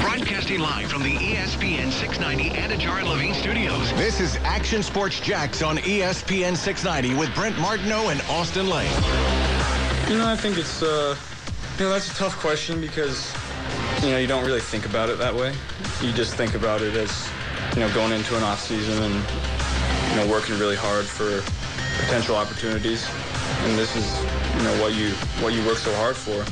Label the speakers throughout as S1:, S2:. S1: broadcasting live from the E ESPN 690 and Ajar Levine studios.
S2: This is Action Sports Jacks on E ESPN 690 with Brent Martineau and Austin Lane.
S3: You know, I think it's, uh, you know, that's a tough question because, you know, you don't really think about it that way. You just think about it as, you know, going into an off season and, you know, working really hard for potential opportunities. And this is, you know, what you what you work so hard for.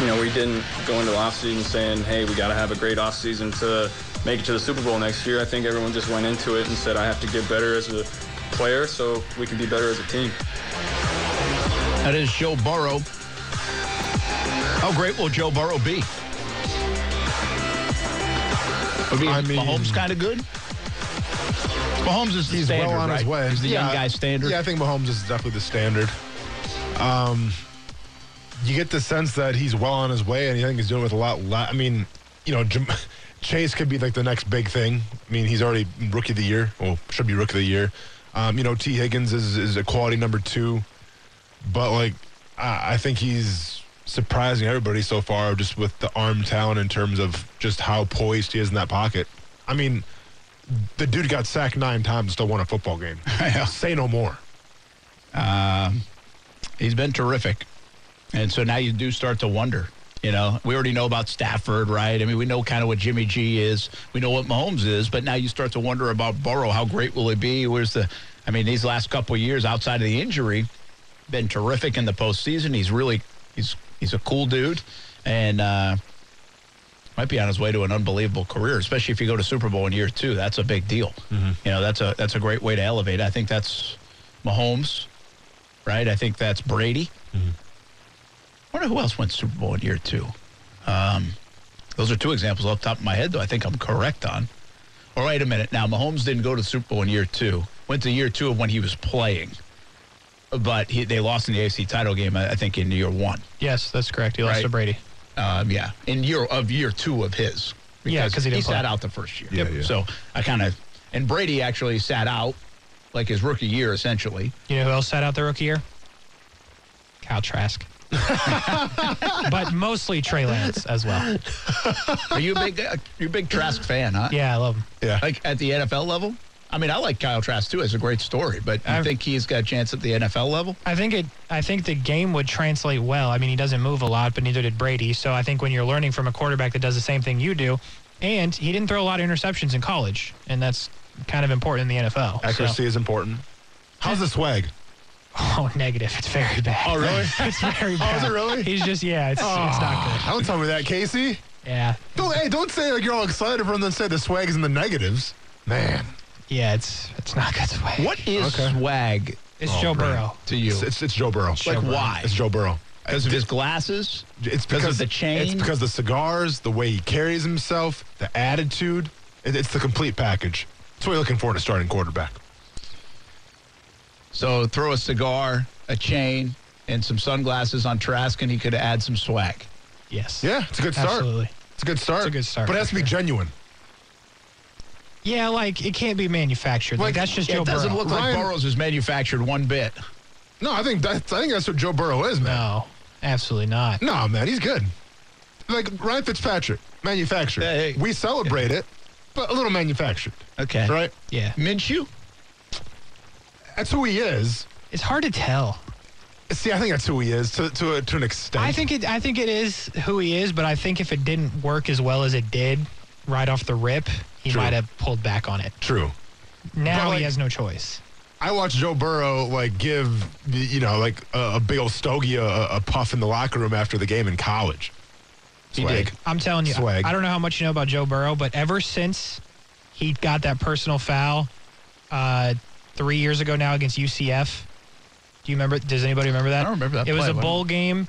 S3: You know, we didn't go into the off season saying, hey, we got to have a great off season to make it to the Super Bowl next year. I think everyone just went into it and said, I have to get better as a player so we can be better as a team.
S4: That is Joe Burrow. How great will Joe Burrow be? Would be
S5: I mean-
S4: Mahomes kind of good? Mahomes is the
S5: He's
S4: standard,
S5: well on his
S4: right?
S5: way.
S4: He's the young
S5: Yeah.
S4: guy standard.
S5: Yeah, I think Mahomes is definitely the standard. Um, you get the sense that he's well on his way, and I think he's doing with a lot. la- I mean, you know, Jam- Chase could be like the next big thing. I mean, he's already rookie of the year. Well, should be rookie of the year. Um, you know, T. Higgins is is a quality number two, but like, I, I think he's surprising everybody so far, just with the arm talent in terms of just how poised he is in that pocket. I mean, the dude got sacked nine times and still won a football game. Say no more.
S4: He's been terrific. And so now you do start to wonder. You know, we already know about Stafford, right? I mean, we know kind of what Jimmy G is. We know what Mahomes is, but now you start to wonder about Burrow. How great will he be? Where's the? I mean, these last couple of years outside of the injury, been terrific in the postseason. He's really he's he's a cool dude, and uh, might be on his way to an unbelievable career. Especially if you go to Super Bowl in year two, that's a big deal. You know, that's a that's a great way to elevate. I think that's Mahomes right? I think that's Brady.
S6: Mm-hmm.
S4: wonder who else went Super Bowl in year two. Um, those are two examples off the top of my head, though. I think I'm correct on. Or wait a minute. Now, Mahomes didn't go to the Super Bowl in year two. Went to year two of when he was playing, but he, they lost in the AFC title game. I, I think in year one.
S6: Yes, that's correct. He lost
S4: Right.
S6: to Brady.
S4: Um, yeah, in year of year two of his.
S6: Yeah, 'cause he didn't play.
S4: sat out the first year.
S5: Yeah, yeah.
S4: So I kind of and Brady actually sat out like his rookie year essentially.
S6: You know who else sat out the rookie year? Kyle Trask. but mostly Trey Lance as well.
S4: Are you a big uh, you a big Trask fan, huh?
S6: Yeah, I love him.
S5: Yeah.
S4: like at the NFL level? I mean, I like Kyle Trask too. It's a great story, but you
S6: I've-
S4: think he's got a chance at the NFL level?
S6: I think it. I think the game would translate well. I mean, he doesn't move a lot, but neither did Brady. So I think when you're learning from a quarterback that does the same thing you do, and he didn't throw a lot of interceptions in college, and that's kind of important in the NFL. So-
S5: Accuracy is important. How's the swag?
S6: oh, negative. It's very bad.
S5: Oh, really? Oh,
S6: It's very bad.
S5: it really?
S6: He's just yeah. It's it's not
S5: Don't tell me that, Casey.
S6: good. Yeah,
S5: Don't hey, don't say like you're all excited for them. Then say the swag is in the negatives. Man,
S6: yeah. It's it's not good. Swag.
S4: What is
S5: Okay.
S4: swag Oh,
S6: It's Joe Burrow.
S4: to you?
S5: it's it's, it's Joe Burrow.
S4: like why?
S5: It's Joe Burrow.
S4: Because of his glasses?
S5: It's because
S4: of the chain?
S5: It's because the cigars, the way he carries himself, the attitude. It, it's the complete package. That's what you're looking for in a starting quarterback.
S4: So throw a cigar, a chain, and some sunglasses on Trask, and he could add some swag.
S6: Yes.
S5: Yeah, it's a good start.
S6: Absolutely.
S5: It's a good start.
S6: It's a good start,
S5: But it has to be genuine.
S6: Yeah, like it can't be manufactured. Like,
S5: Like,
S6: that's just
S4: Yeah,
S6: Joe
S4: it doesn't
S6: Burrow.
S4: look like
S5: Ryan-
S4: Burrows is manufactured one bit.
S5: No, I think that's I think that's what Joe Burrow is, man.
S6: no, absolutely not.
S5: No, man, he's good. Like Ryan Fitzpatrick, manufactured.
S4: Yeah, hey.
S5: We celebrate it, but a little manufactured,
S4: Okay.
S5: right?
S6: Yeah,
S4: Minshew?
S5: That's who he is.
S6: it's hard to tell.
S5: See, I think that's who he is to to, a, to an extent.
S6: I think it. I think it is who he is, but I think if it didn't work as well as it did right off the rip, he
S5: True.
S6: might have pulled back on it.
S5: true.
S6: Now
S5: But, like-
S6: he has no choice.
S5: I watched Joe Burrow like give y- you know like a, a big old stogie a, a puff in the locker room after the game in college. Swag.
S6: I'm telling you,
S5: Swag.
S6: I don't know how much you know about Joe Burrow, but ever since he got that personal foul uh, three years ago now against UCF, do you remember? Does anybody remember that?
S4: I don't remember that
S6: It was
S4: play.
S6: a
S4: What-
S6: bowl game,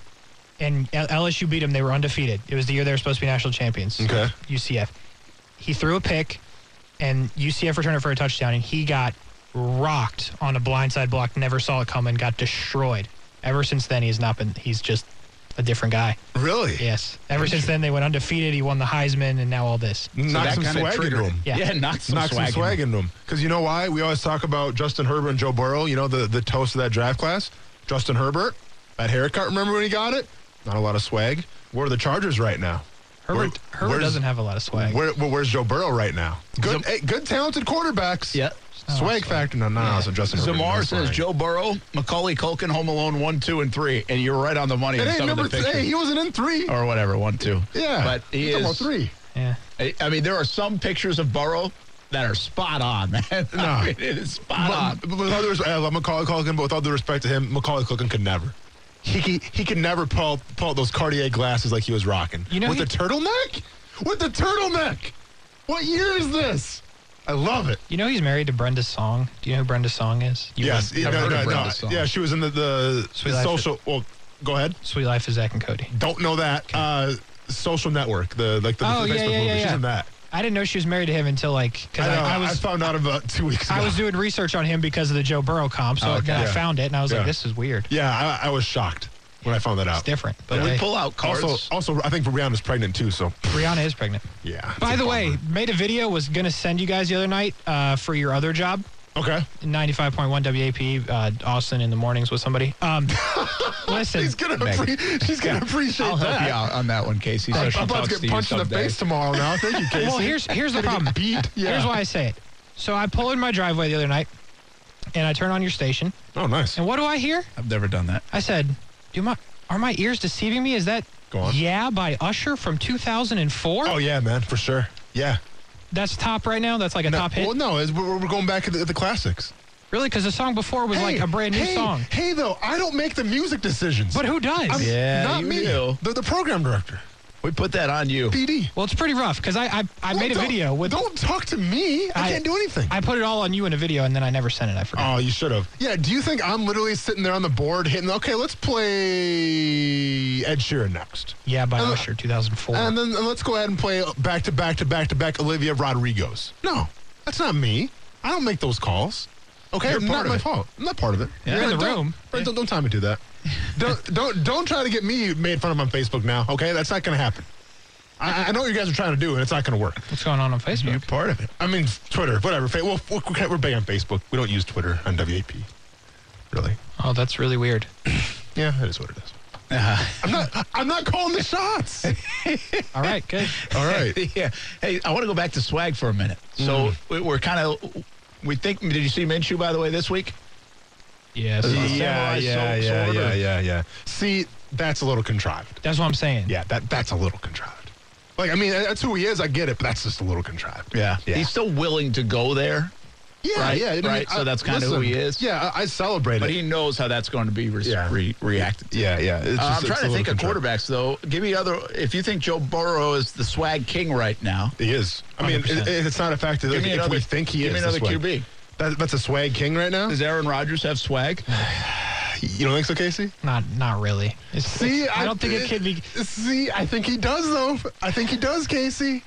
S6: and L- LSU beat them. They were undefeated. It was the year they were supposed to be national champions.
S5: Okay.
S6: UCF. He threw a pick, and UCF returned it for a touchdown, and he got rocked on a blindside block. Never saw it coming. Got destroyed. Ever since then, he's not been. He's just a different guy.
S5: Really?
S6: Yes. Ever since then, they went undefeated. He won the Heisman, and now all this.
S5: Knock
S4: that
S5: some
S4: kinda
S5: swag
S4: triggered
S5: into him.
S4: Yeah,
S6: Yeah.
S4: knock some
S5: knock
S4: swag.
S5: some
S4: into
S5: swag
S4: him.
S5: into him. Because you know why? We always talk about Justin Herbert and Joe Burrow, you know, the, the toast of that draft class. Justin Herbert, that haircut, remember when he got it? Not a lot of swag. Where are the Chargers right now?
S6: Herbert,
S5: Where-
S6: Herbert
S5: where's-
S6: doesn't have a lot of swag.
S5: Where, where- where's Joe Burrow right now?
S4: Zam-
S5: Good, hey, good, talented quarterbacks.
S4: Yeah.
S5: Swag factor. No, no, no. So Justin Herbert,
S4: Zamar
S5: that's
S4: says
S5: fine.
S4: Joe Burrow, Macaulay Culkin, Home Alone one, two, and three, and you're right on the money.
S5: It
S4: on
S5: ain't
S4: some of the
S5: number three.
S4: pictures.
S5: He wasn't in three.
S4: or whatever one, two.
S5: yeah,
S4: but he
S5: He's talking about
S4: is.
S5: three.
S6: yeah.
S4: I I mean, there are some pictures of Burrow that are spot on. Man.
S5: No.
S4: I mean, it is spot on.
S5: But, but with all due respect, I love Macaulay Culkin, but with all due respect to him, Macaulay Culkin could never. He he, he could never pull pull out those Cartier glasses like he was rocking.
S6: You know,
S5: with
S6: he-
S5: the turtleneck, with the turtleneck. What year is this? I love it.
S6: You know he's married to Brenda Song. Do you know who Brenda Song is? You
S5: yes,
S6: wouldn't.
S5: no,
S4: heard of
S5: no,
S4: Brenda
S5: no.
S4: Song.
S5: Yeah, she was in the the
S6: Sweet Life
S5: social. Well, go ahead.
S6: Sweet Life of Zach and Cody.
S5: Don't know that. Uh, social network. The like the
S6: Oh,
S5: Facebook
S6: yeah, yeah,
S5: movie.
S6: yeah,
S5: She's
S6: yeah.
S5: in that.
S6: I didn't know she was married to him until like because
S5: I, know,
S6: I,
S5: I,
S6: was
S5: found out about two weeks ago.
S6: I was doing research on him because of the Joe Burrow comp. So
S4: Oh,
S6: then
S5: yeah.
S6: I found it and I was
S5: Yeah.
S6: like, this is weird.
S5: yeah, I, I was shocked when I found that out.
S6: It's different. But
S4: But we
S6: hey,
S4: pull out cards.
S5: Also, also, I think Rihanna's pregnant too. So
S6: Rihanna is pregnant.
S5: yeah.
S6: By
S5: It's a
S6: the way,
S5: bummer.
S6: made a video was gonna send you guys the other night uh, for your other job.
S5: Okay.
S6: 95.1 WAP, uh, Austin in the mornings with somebody. Um, listen,
S5: She's gonna
S4: Megan.
S5: appre- she's gonna appreciate
S4: I'll help
S5: that.
S4: you out on that one, Casey. So
S5: I'm
S4: she
S5: about
S4: talks
S5: to
S4: you
S5: get punched in the
S4: someday.
S5: face tomorrow. Now, thank you, Casey.
S6: well, here's here's the problem.
S5: beat. Yeah.
S6: Here's why I say it. So I pull in my driveway the other night, and I turn on your station,
S5: Oh, nice.
S6: and what do I hear?
S4: I've never done that.
S6: I said, "Do my are my ears deceiving me? Is that
S5: Go on.
S6: Yeah by Usher from 2004?
S5: Oh yeah, man, for sure. Yeah.
S6: That's top right now. That's like a
S5: No,
S6: top hit.
S5: Well, no, it's, we're, we're going back to the, the classics.
S6: Really? Because the song before was like
S5: Hey,
S6: a brand new
S5: hey,
S6: song.
S5: Hey, though, I don't make the music decisions.
S6: But who does?
S5: I'm,
S4: Yeah,
S5: not
S4: you
S5: me.
S4: do.
S5: The, the program director,
S4: We put that on you.
S5: BD.
S6: well, it's pretty rough because I I, I
S5: Well,
S6: made a
S5: don't-
S6: video with.
S5: Don't talk to me. I,
S6: I-
S5: can't do anything.
S6: I put it all on you in a video, and then I never sent it. I forgot.
S5: Oh, you should have. Yeah, do you think I'm literally sitting there on the board hitting, okay, let's play Ed Sheeran next?
S6: yeah, by
S5: uh,
S6: Usher, 2004.
S5: And then let's go ahead and play back to back to back to back Olivia Rodrigo's. No, that's not me. I don't make those calls. Okay,
S4: You're part
S5: not
S4: of
S5: my
S4: it.
S5: fault. I'm not part of it.
S6: You're in
S5: Brent,
S6: the
S5: don't-
S6: room.
S5: Brent, don't, don't time me to do that. don't don't don't try to get me made fun of on Facebook now. Okay, that's not going to happen. I, I know what you guys are trying to do, and it's not going to work.
S6: What's going on on Facebook?
S4: You're part of it.
S5: I mean, Twitter, whatever. Fa- Well, we're, we're big on Facebook. We don't use Twitter on WAP. Really?
S6: Oh, that's really weird.
S5: Yeah, that is what it is.
S4: Uh-huh.
S5: I'm not. I'm not calling the shots.
S6: All right, good.
S5: All right.
S4: yeah. Hey, I want to go back to swag for a minute. So
S5: Mm.
S4: we, we're kind of, we think, did you see Minshew, by the way, this week?
S6: Yes.
S5: yeah,
S4: samurai
S5: yeah,
S4: sword-
S5: yeah,
S4: sword
S5: yeah,
S4: or-
S5: yeah, yeah. See, that's a little contrived.
S6: That's what I'm saying.
S5: Yeah, that that's a little contrived. Like, I mean, that's who he is. I get it, but that's just a little contrived. yeah,
S4: He's still willing to go there,
S5: yeah,
S4: right,
S5: yeah. I mean,
S4: right, so
S5: I-
S4: that's kinda who
S5: listen,
S4: he is.
S5: Yeah, I, I celebrate
S4: but
S5: it.
S4: he knows how that's going to be re-
S5: Yeah.
S4: re- reacted to.
S5: yeah, yeah.
S4: Uh,
S5: It's just-
S4: I'm
S5: it's a
S4: trying to
S5: little
S4: think of
S5: contrived.
S4: quarterbacks, though. Give me other. If you think Joe Burrow is the swag king right now,
S5: He is. I mean, it,
S6: 100%.
S5: it- it's not a fact that
S4: Give me
S5: if we
S4: another-
S5: think he
S4: give
S5: is,
S4: me
S5: this
S4: another
S5: way.
S4: QB.
S5: That, that's a swag king right now.
S4: does Aaron Rodgers have swag?
S5: You don't think so, Casey?
S6: Not not really. It's, it's- I, don't think it could be.
S5: See, I think he does though. I think he does, Casey.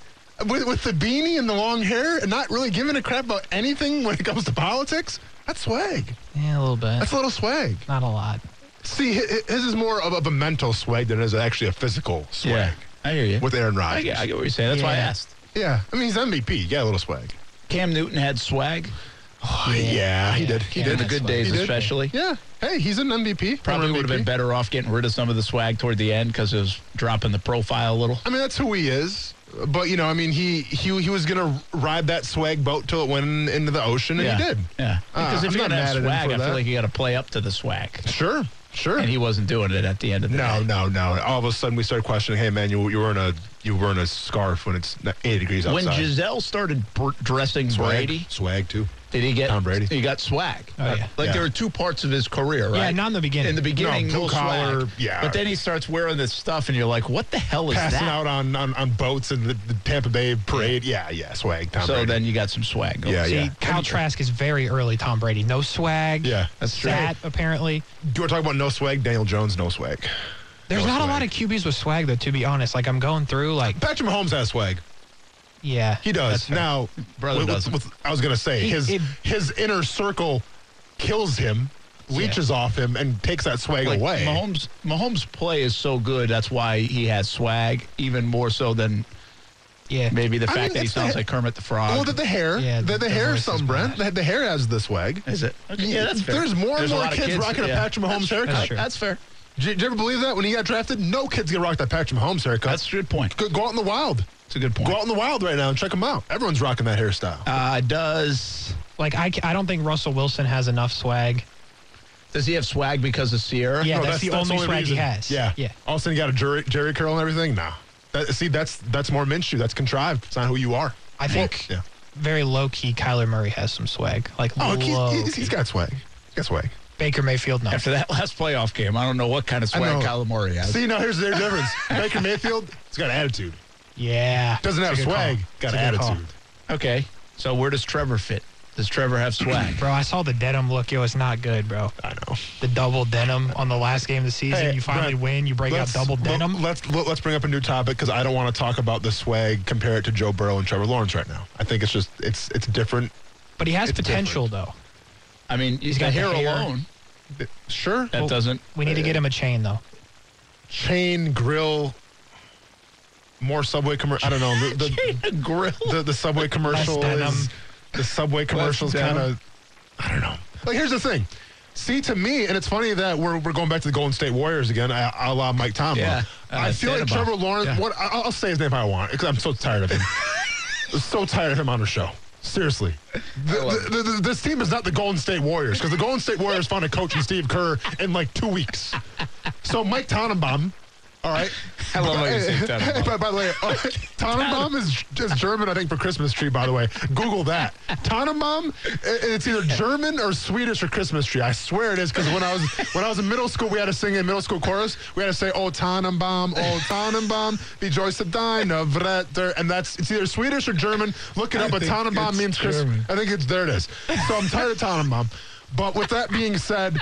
S5: With, with the beanie and the long hair, and not really giving a crap about anything when it comes to politics. That's swag.
S6: Yeah, a little bit.
S5: That's a little swag.
S6: Not a lot.
S5: See, hi- hi- his is more of, of a mental swag than it is actually a physical swag.
S4: I hear you.
S5: With Aaron
S4: I
S5: Rodgers.
S4: get, I get what you're saying. That's why I
S6: Yeah.
S4: asked.
S5: Yeah, I mean he's MVP. Yeah, a little swag.
S4: Cam Newton had swag. Oh,
S5: Yeah, he did. He
S6: Yeah,
S5: did.
S4: in the
S6: that's
S4: good
S6: what-
S4: days,
S5: He did.
S4: especially.
S5: Yeah. Hey, he's an MVP.
S4: Probably
S5: Former
S4: would have
S5: MVP.
S4: been better off getting rid of some of the swag toward the end because it was dropping the profile a little.
S5: I mean, that's who he is. But you know, I mean, he he he was gonna ride that swag boat till it went into the ocean, and
S4: yeah.
S5: he did.
S4: Yeah. Because
S5: Uh,
S4: if
S5: I'm
S4: you're going
S5: not
S4: to
S5: mad at
S4: have
S5: him
S4: swag,
S5: for
S4: I feel
S5: that.
S4: like you got to play up to the swag.
S5: Sure, sure.
S4: And he wasn't doing it at the end of the
S5: no,
S4: day.
S5: no, no. All of a sudden, we started questioning. Hey, man, you you wearing a you wearing a scarf when it's eighty degrees outside.
S4: When Giselle started br- dressing
S5: swag,
S4: Brady,
S5: swag too.
S4: did he get
S5: Tom Brady.
S4: He got swag.
S6: Oh, yeah.
S4: Like
S5: Yeah.
S4: there were two parts of his career, right?
S6: Yeah, not in the beginning.
S4: In the beginning,
S5: No, blue
S4: little swag.
S5: collar, yeah.
S4: But then he starts wearing this stuff, and you're like, "What the hell is
S5: passing
S4: that?"
S5: out on, on, on boats in the, the Tampa Bay parade. Yeah, yeah, swag. Tom
S4: so
S5: Brady.
S4: then you got some swag. Going.
S5: Yeah,
S6: See,
S5: Uh, yeah.
S6: Kyle Trask is very early Tom Brady. No swag.
S5: Yeah, that's true.
S6: Sat, apparently.
S5: do you want to talk about no swag? Daniel Jones, no swag.
S6: There's
S5: No
S6: not
S5: swag.
S6: a lot of QBs with swag, though, to be honest. Like, I'm going through, like,
S5: Patrick Mahomes has swag.
S6: yeah.
S5: He does now.
S4: Brother
S5: with- with-
S4: doesn't.
S5: with- I was gonna say
S6: He-
S5: his
S6: it-
S5: his inner circle kills him, leeches off him, and takes that swag
S4: Like,
S5: away.
S4: Mahomes, Mahomes' play is so good. That's why he has swag, even more so than
S6: Yeah.
S4: maybe the
S5: I
S4: fact
S5: mean,
S4: that he
S5: it's the
S4: sounds
S5: ha-
S4: like Kermit the Frog.
S5: Well, Oh, the, the hair,
S6: Yeah,
S5: the, the,
S6: the
S5: hair,
S6: voice
S5: is
S6: is
S5: something, Brent. The, the hair has the swag.
S4: is it? Okay, yeah, that's fair.
S5: There's more and
S4: a
S5: more
S4: lot of
S5: kids rocking a
S4: yeah.
S5: Patrick Mahomes
S4: that's,
S5: haircut.
S4: That's, that's fair.
S5: Do you, do you ever believe that when he got drafted? No kid's gonna rock that Patrick Mahomes haircut.
S4: That's a good point.
S5: go, go out in the wild.
S4: That's a good point.
S5: Go out in the wild right now and check him out. Everyone's rocking that hairstyle.
S4: Uh, does
S6: Like I, ca- I don't think Russell Wilson has enough swag.
S4: does he have swag because of Sierra?
S6: Yeah, that's, the only swag
S5: reason.
S6: he has.
S5: Yeah,
S6: yeah.
S5: All of a sudden, you got a Jerry, Jerry curl and everything. Nah, that, see, that's that's more Minshew. That's contrived. It's not who you are.
S6: I think
S5: Yeah.
S6: very low key Kyler Murray has some swag. Like
S5: Oh, he-
S6: low.
S5: he's, he's got swag. He's got swag.
S6: Baker Mayfield, no.
S4: After that last playoff game, I don't know what kind of
S5: I
S4: swag
S5: know.
S4: Kyler Murray has.
S5: See, now here's their difference. Baker Mayfield, he's got attitude.
S6: Yeah,
S5: Doesn't have
S6: That's a good
S5: swag.
S6: call.
S5: Got
S6: That's a good call.
S5: attitude.
S4: Okay, so where does Trevor fit? Does Trevor have swag?
S6: Bro, I saw the denim look. It was not good, bro.
S5: I know.
S6: The double denim on the last game of the season.
S5: Hey,
S6: you finally
S5: Brent,
S6: win. You break out double
S5: let-
S6: denim.
S5: Let's let, us let us bring up a new topic because I don't want to talk about the swag. Compare it to Joe Burrow and Trevor Lawrence right now. I think it's just it's it's different.
S6: but he has
S5: it's
S6: potential, though.
S4: I mean, he's
S6: got
S4: got, hair,
S6: the hair.
S4: alone.
S5: Sure,
S4: That
S6: Well,
S4: doesn't.
S6: We need to get him a chain, though.
S5: chain grill, more subway commercial. I don't know the the,
S4: A grill.
S5: the, the subway commercial
S6: Less denim.
S5: is the subway commercials
S4: denim.
S5: kind of I don't know. Like here's the thing. See to me, and it's funny that we're, we're going back to the Golden State Warriors again, a, a la Mike Tomlin.
S4: Yeah, uh,
S5: I feel like
S4: Tannenbaum.
S5: Trevor Lawrence.
S4: Yeah.
S5: What I- I'll I'll say his name if I want because I'm so tired of him. so tired of him on our show. Seriously, the, the, the, this team is not the Golden State Warriors because the Golden State Warriors found a coach in Steve Kerr in like two weeks. So Mike Tannenbaum, all right.
S4: I love how you say
S5: Hey,
S4: Tannenbaum.
S5: by, by the way, uh, Tannenbaum is is German, I think, for Christmas tree. By the way, Google that. Tannenbaum. i- It's either German or Swedish for Christmas tree. I swear it is because when I was when I was in middle school, we had to sing in middle school chorus. We had to say "Oh Tannenbaum, Oh Tannenbaum, be joyous to dine of Vretter," and that's it's either Swedish or German. Look it up. But
S4: think
S5: Tannenbaum
S4: it's
S5: means Christmas.
S4: German.
S5: I think it's there. It is. So I'm tired of Tannenbaum. But with that being said,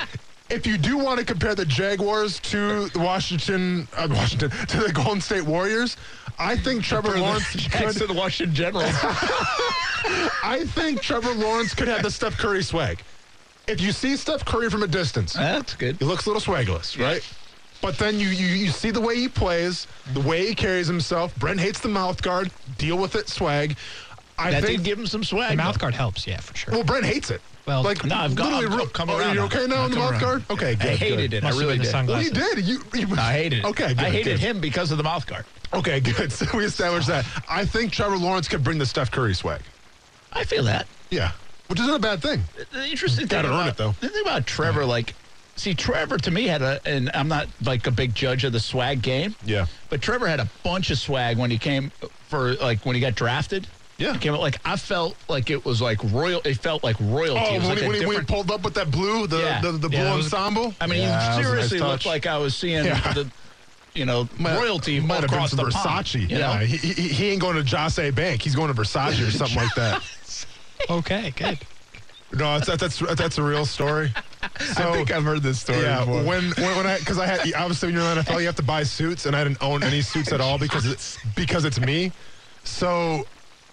S5: if you do want to compare the Jaguars to the Washington, uh, Washington to the Golden State Warriors, I think Trevor Lawrence.
S4: Jackson,
S5: Could,
S4: the Washington Generals.
S5: I think Trevor Lawrence could have the Steph Curry swag. If you see Steph Curry from a distance,
S4: That's good.
S5: he looks a little swagless, right? But then you, you you see the way he plays, the way he carries himself. Brent hates the mouth guard. Deal with it, swag. I
S4: That
S5: think
S4: did give him some swag.
S6: The
S4: though.
S6: mouth guard helps, yeah, for sure.
S5: Well, Brent hates it.
S6: Well,
S5: like
S4: no, I've gone-
S5: literally
S4: I've-
S5: ro-
S4: I've come
S5: Oh,
S4: around
S5: you
S4: now.
S5: okay now
S4: I've
S5: in the
S4: come
S5: mouth
S4: around.
S5: guard? Okay, good.
S4: I hated it. I
S6: Must have
S4: really
S6: been the
S4: did.
S6: sunglasses.
S5: Well, you did. You, you
S4: I hated it.
S5: Okay, good,
S4: I hated
S5: good.
S4: him because of the mouth guard.
S5: Okay, good. So we established that. I think Trevor Lawrence could bring the Steph Curry swag.
S4: I feel that.
S5: Yeah, which isn't a bad thing.
S4: The interesting thing
S5: Gotta
S4: about,
S5: earn it, though.
S4: The thing about Trevor, like, see, Trevor to me had a, and I'm not like a big judge of the swag game.
S5: Yeah.
S4: But Trevor had a bunch of swag when he came for like when he got drafted.
S5: Yeah.
S4: He came out like I felt like it was like royal. It felt like royalty.
S5: Oh,
S4: it
S5: when,
S4: was like
S5: he,
S4: a
S5: when he- when he
S4: different-
S5: pulled up with that blue, the
S4: Yeah.
S5: the, the blue
S6: Yeah, that was-
S5: ensemble.
S4: I mean,
S5: Yeah, that
S4: he
S5: was a nice
S4: seriously looked
S5: touch.
S4: like I was seeing
S5: Yeah.
S4: the, you know,
S5: Might-
S4: royalty
S5: might have been
S4: across
S5: some
S4: the pond,
S5: Versace.
S4: you know?
S5: yeah, he, he, he ain't going to Jose Bank. He's going to Versace or something like that.
S6: Okay, good.
S5: No, that's that's that's, that's a real story. So,
S4: I've heard this story.
S5: Yeah, when, when when I because I had obviously when you're in the NFL you have to buy suits and I didn't own any suits at all because it's because it's me. So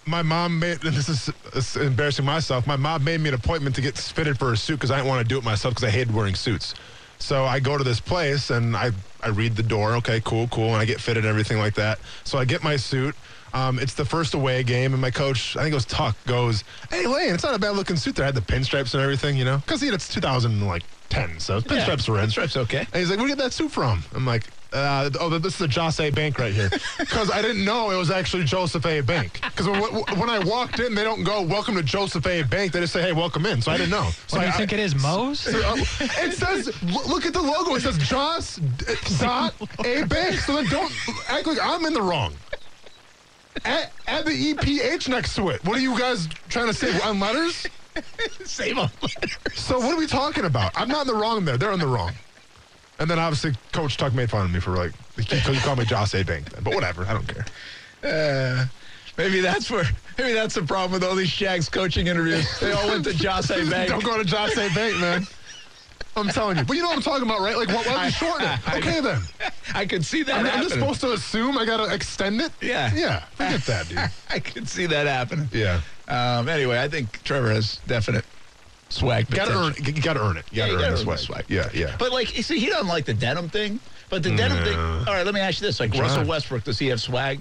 S5: my mom made and this is it's embarrassing myself. My mom made me an appointment to get fitted for a suit because I didn't want to do it myself because I hated wearing suits. So I go to this place and I I read the door. Okay, cool, cool, and I get fitted and everything like that. So I get my suit. Um, it's the first away game, and my coach, I think it was Tuck, goes, "Hey, Lane, it's not a bad looking suit there. I had the pinstripes and everything, you know, because it's 2010, so pinstripes were in.
S4: pinstripes, okay.
S5: And he's like, "Where did you get that suit from?" I'm like, uh, "Oh, this is the Joss A. Bank right here," because I didn't know it was actually Joseph A. Bank. Because when, when I walked in, they don't go, "Welcome to Joseph A. Bank." They just say, "Hey, welcome in." So I didn't know. So
S6: What do
S5: I,
S6: you think it is, Moe's?
S5: I- it says, lo- look at the logo. It says Joss D- dot A. Bank. So then don't act like I'm in the wrong. E, Add, add the EPH next to it. What are you guys trying to say on letters?
S4: save him.
S5: So what are we talking about? I'm not in the wrong there. They're in the wrong. And then obviously Coach Tuck made fun of me for like because you called me Joss A. Bank then. But whatever, I don't care.
S4: Maybe that's where. Maybe that's the problem with all these Jags coaching interviews. They all went to Joss A. Bank.
S5: Don't go to Joss A. Bank, man. I'm telling you. But you know what I'm talking about, right? Like why, why would you shorten it? Okay then.
S4: I could see that
S5: I mean, I'm
S4: happening.
S5: just supposed to assume I gotta extend it?
S4: Yeah.
S5: Yeah. Forget that, dude.
S4: I could see that happening.
S5: Yeah.
S4: Um, anyway, I think Trevor has definite swag.
S5: Gotta
S4: potential.
S5: earn it. You gotta earn it.
S4: Yeah,
S5: You gotta
S4: you
S5: earn
S4: gotta
S5: this
S4: earn
S5: way.
S4: the swag.
S5: Yeah, yeah.
S4: But like, you see, he doesn't like the denim thing. But the denim thing. All right, let me ask you this: like Russell
S5: trying.
S4: Westbrook, does he have swag?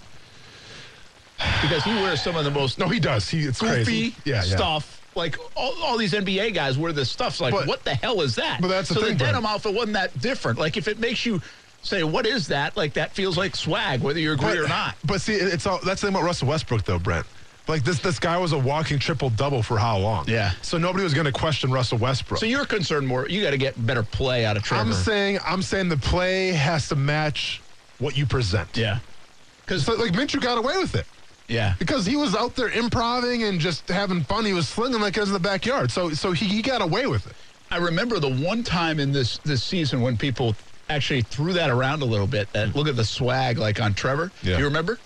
S4: Because he wears some of the most
S5: no, he does. He it's
S4: goofy
S5: crazy. Yeah, yeah.
S4: stuff Like all, all these NBA guys wear this stuff. Like,
S5: But-
S4: what the hell is that?
S5: but that's the
S4: so
S5: thing,
S4: the
S5: Brent.
S4: denim outfit wasn't that different. Like, if it makes you say, "What is that?" Like, that feels like swag, whether you agree or not.
S5: But see, it- it's all that's the thing about Russell Westbrook though, Brent. Like this, this guy was a walking triple double for how long?
S4: Yeah.
S5: So nobody was going to question Russell Westbrook.
S4: So you're concerned more. You got to get better play out of Trevor.
S5: I'm saying, I'm saying the play has to match what you present.
S4: yeah, because
S5: So like Minshew got away with it
S4: yeah,
S5: because he was out there improving and just having fun. He was slinging like it was in the backyard. So so he, he got away with it.
S4: I remember the one time in this this season when people actually threw that around a little bit. That look at the swag, like on Trevor.
S5: Yeah.
S4: You remember?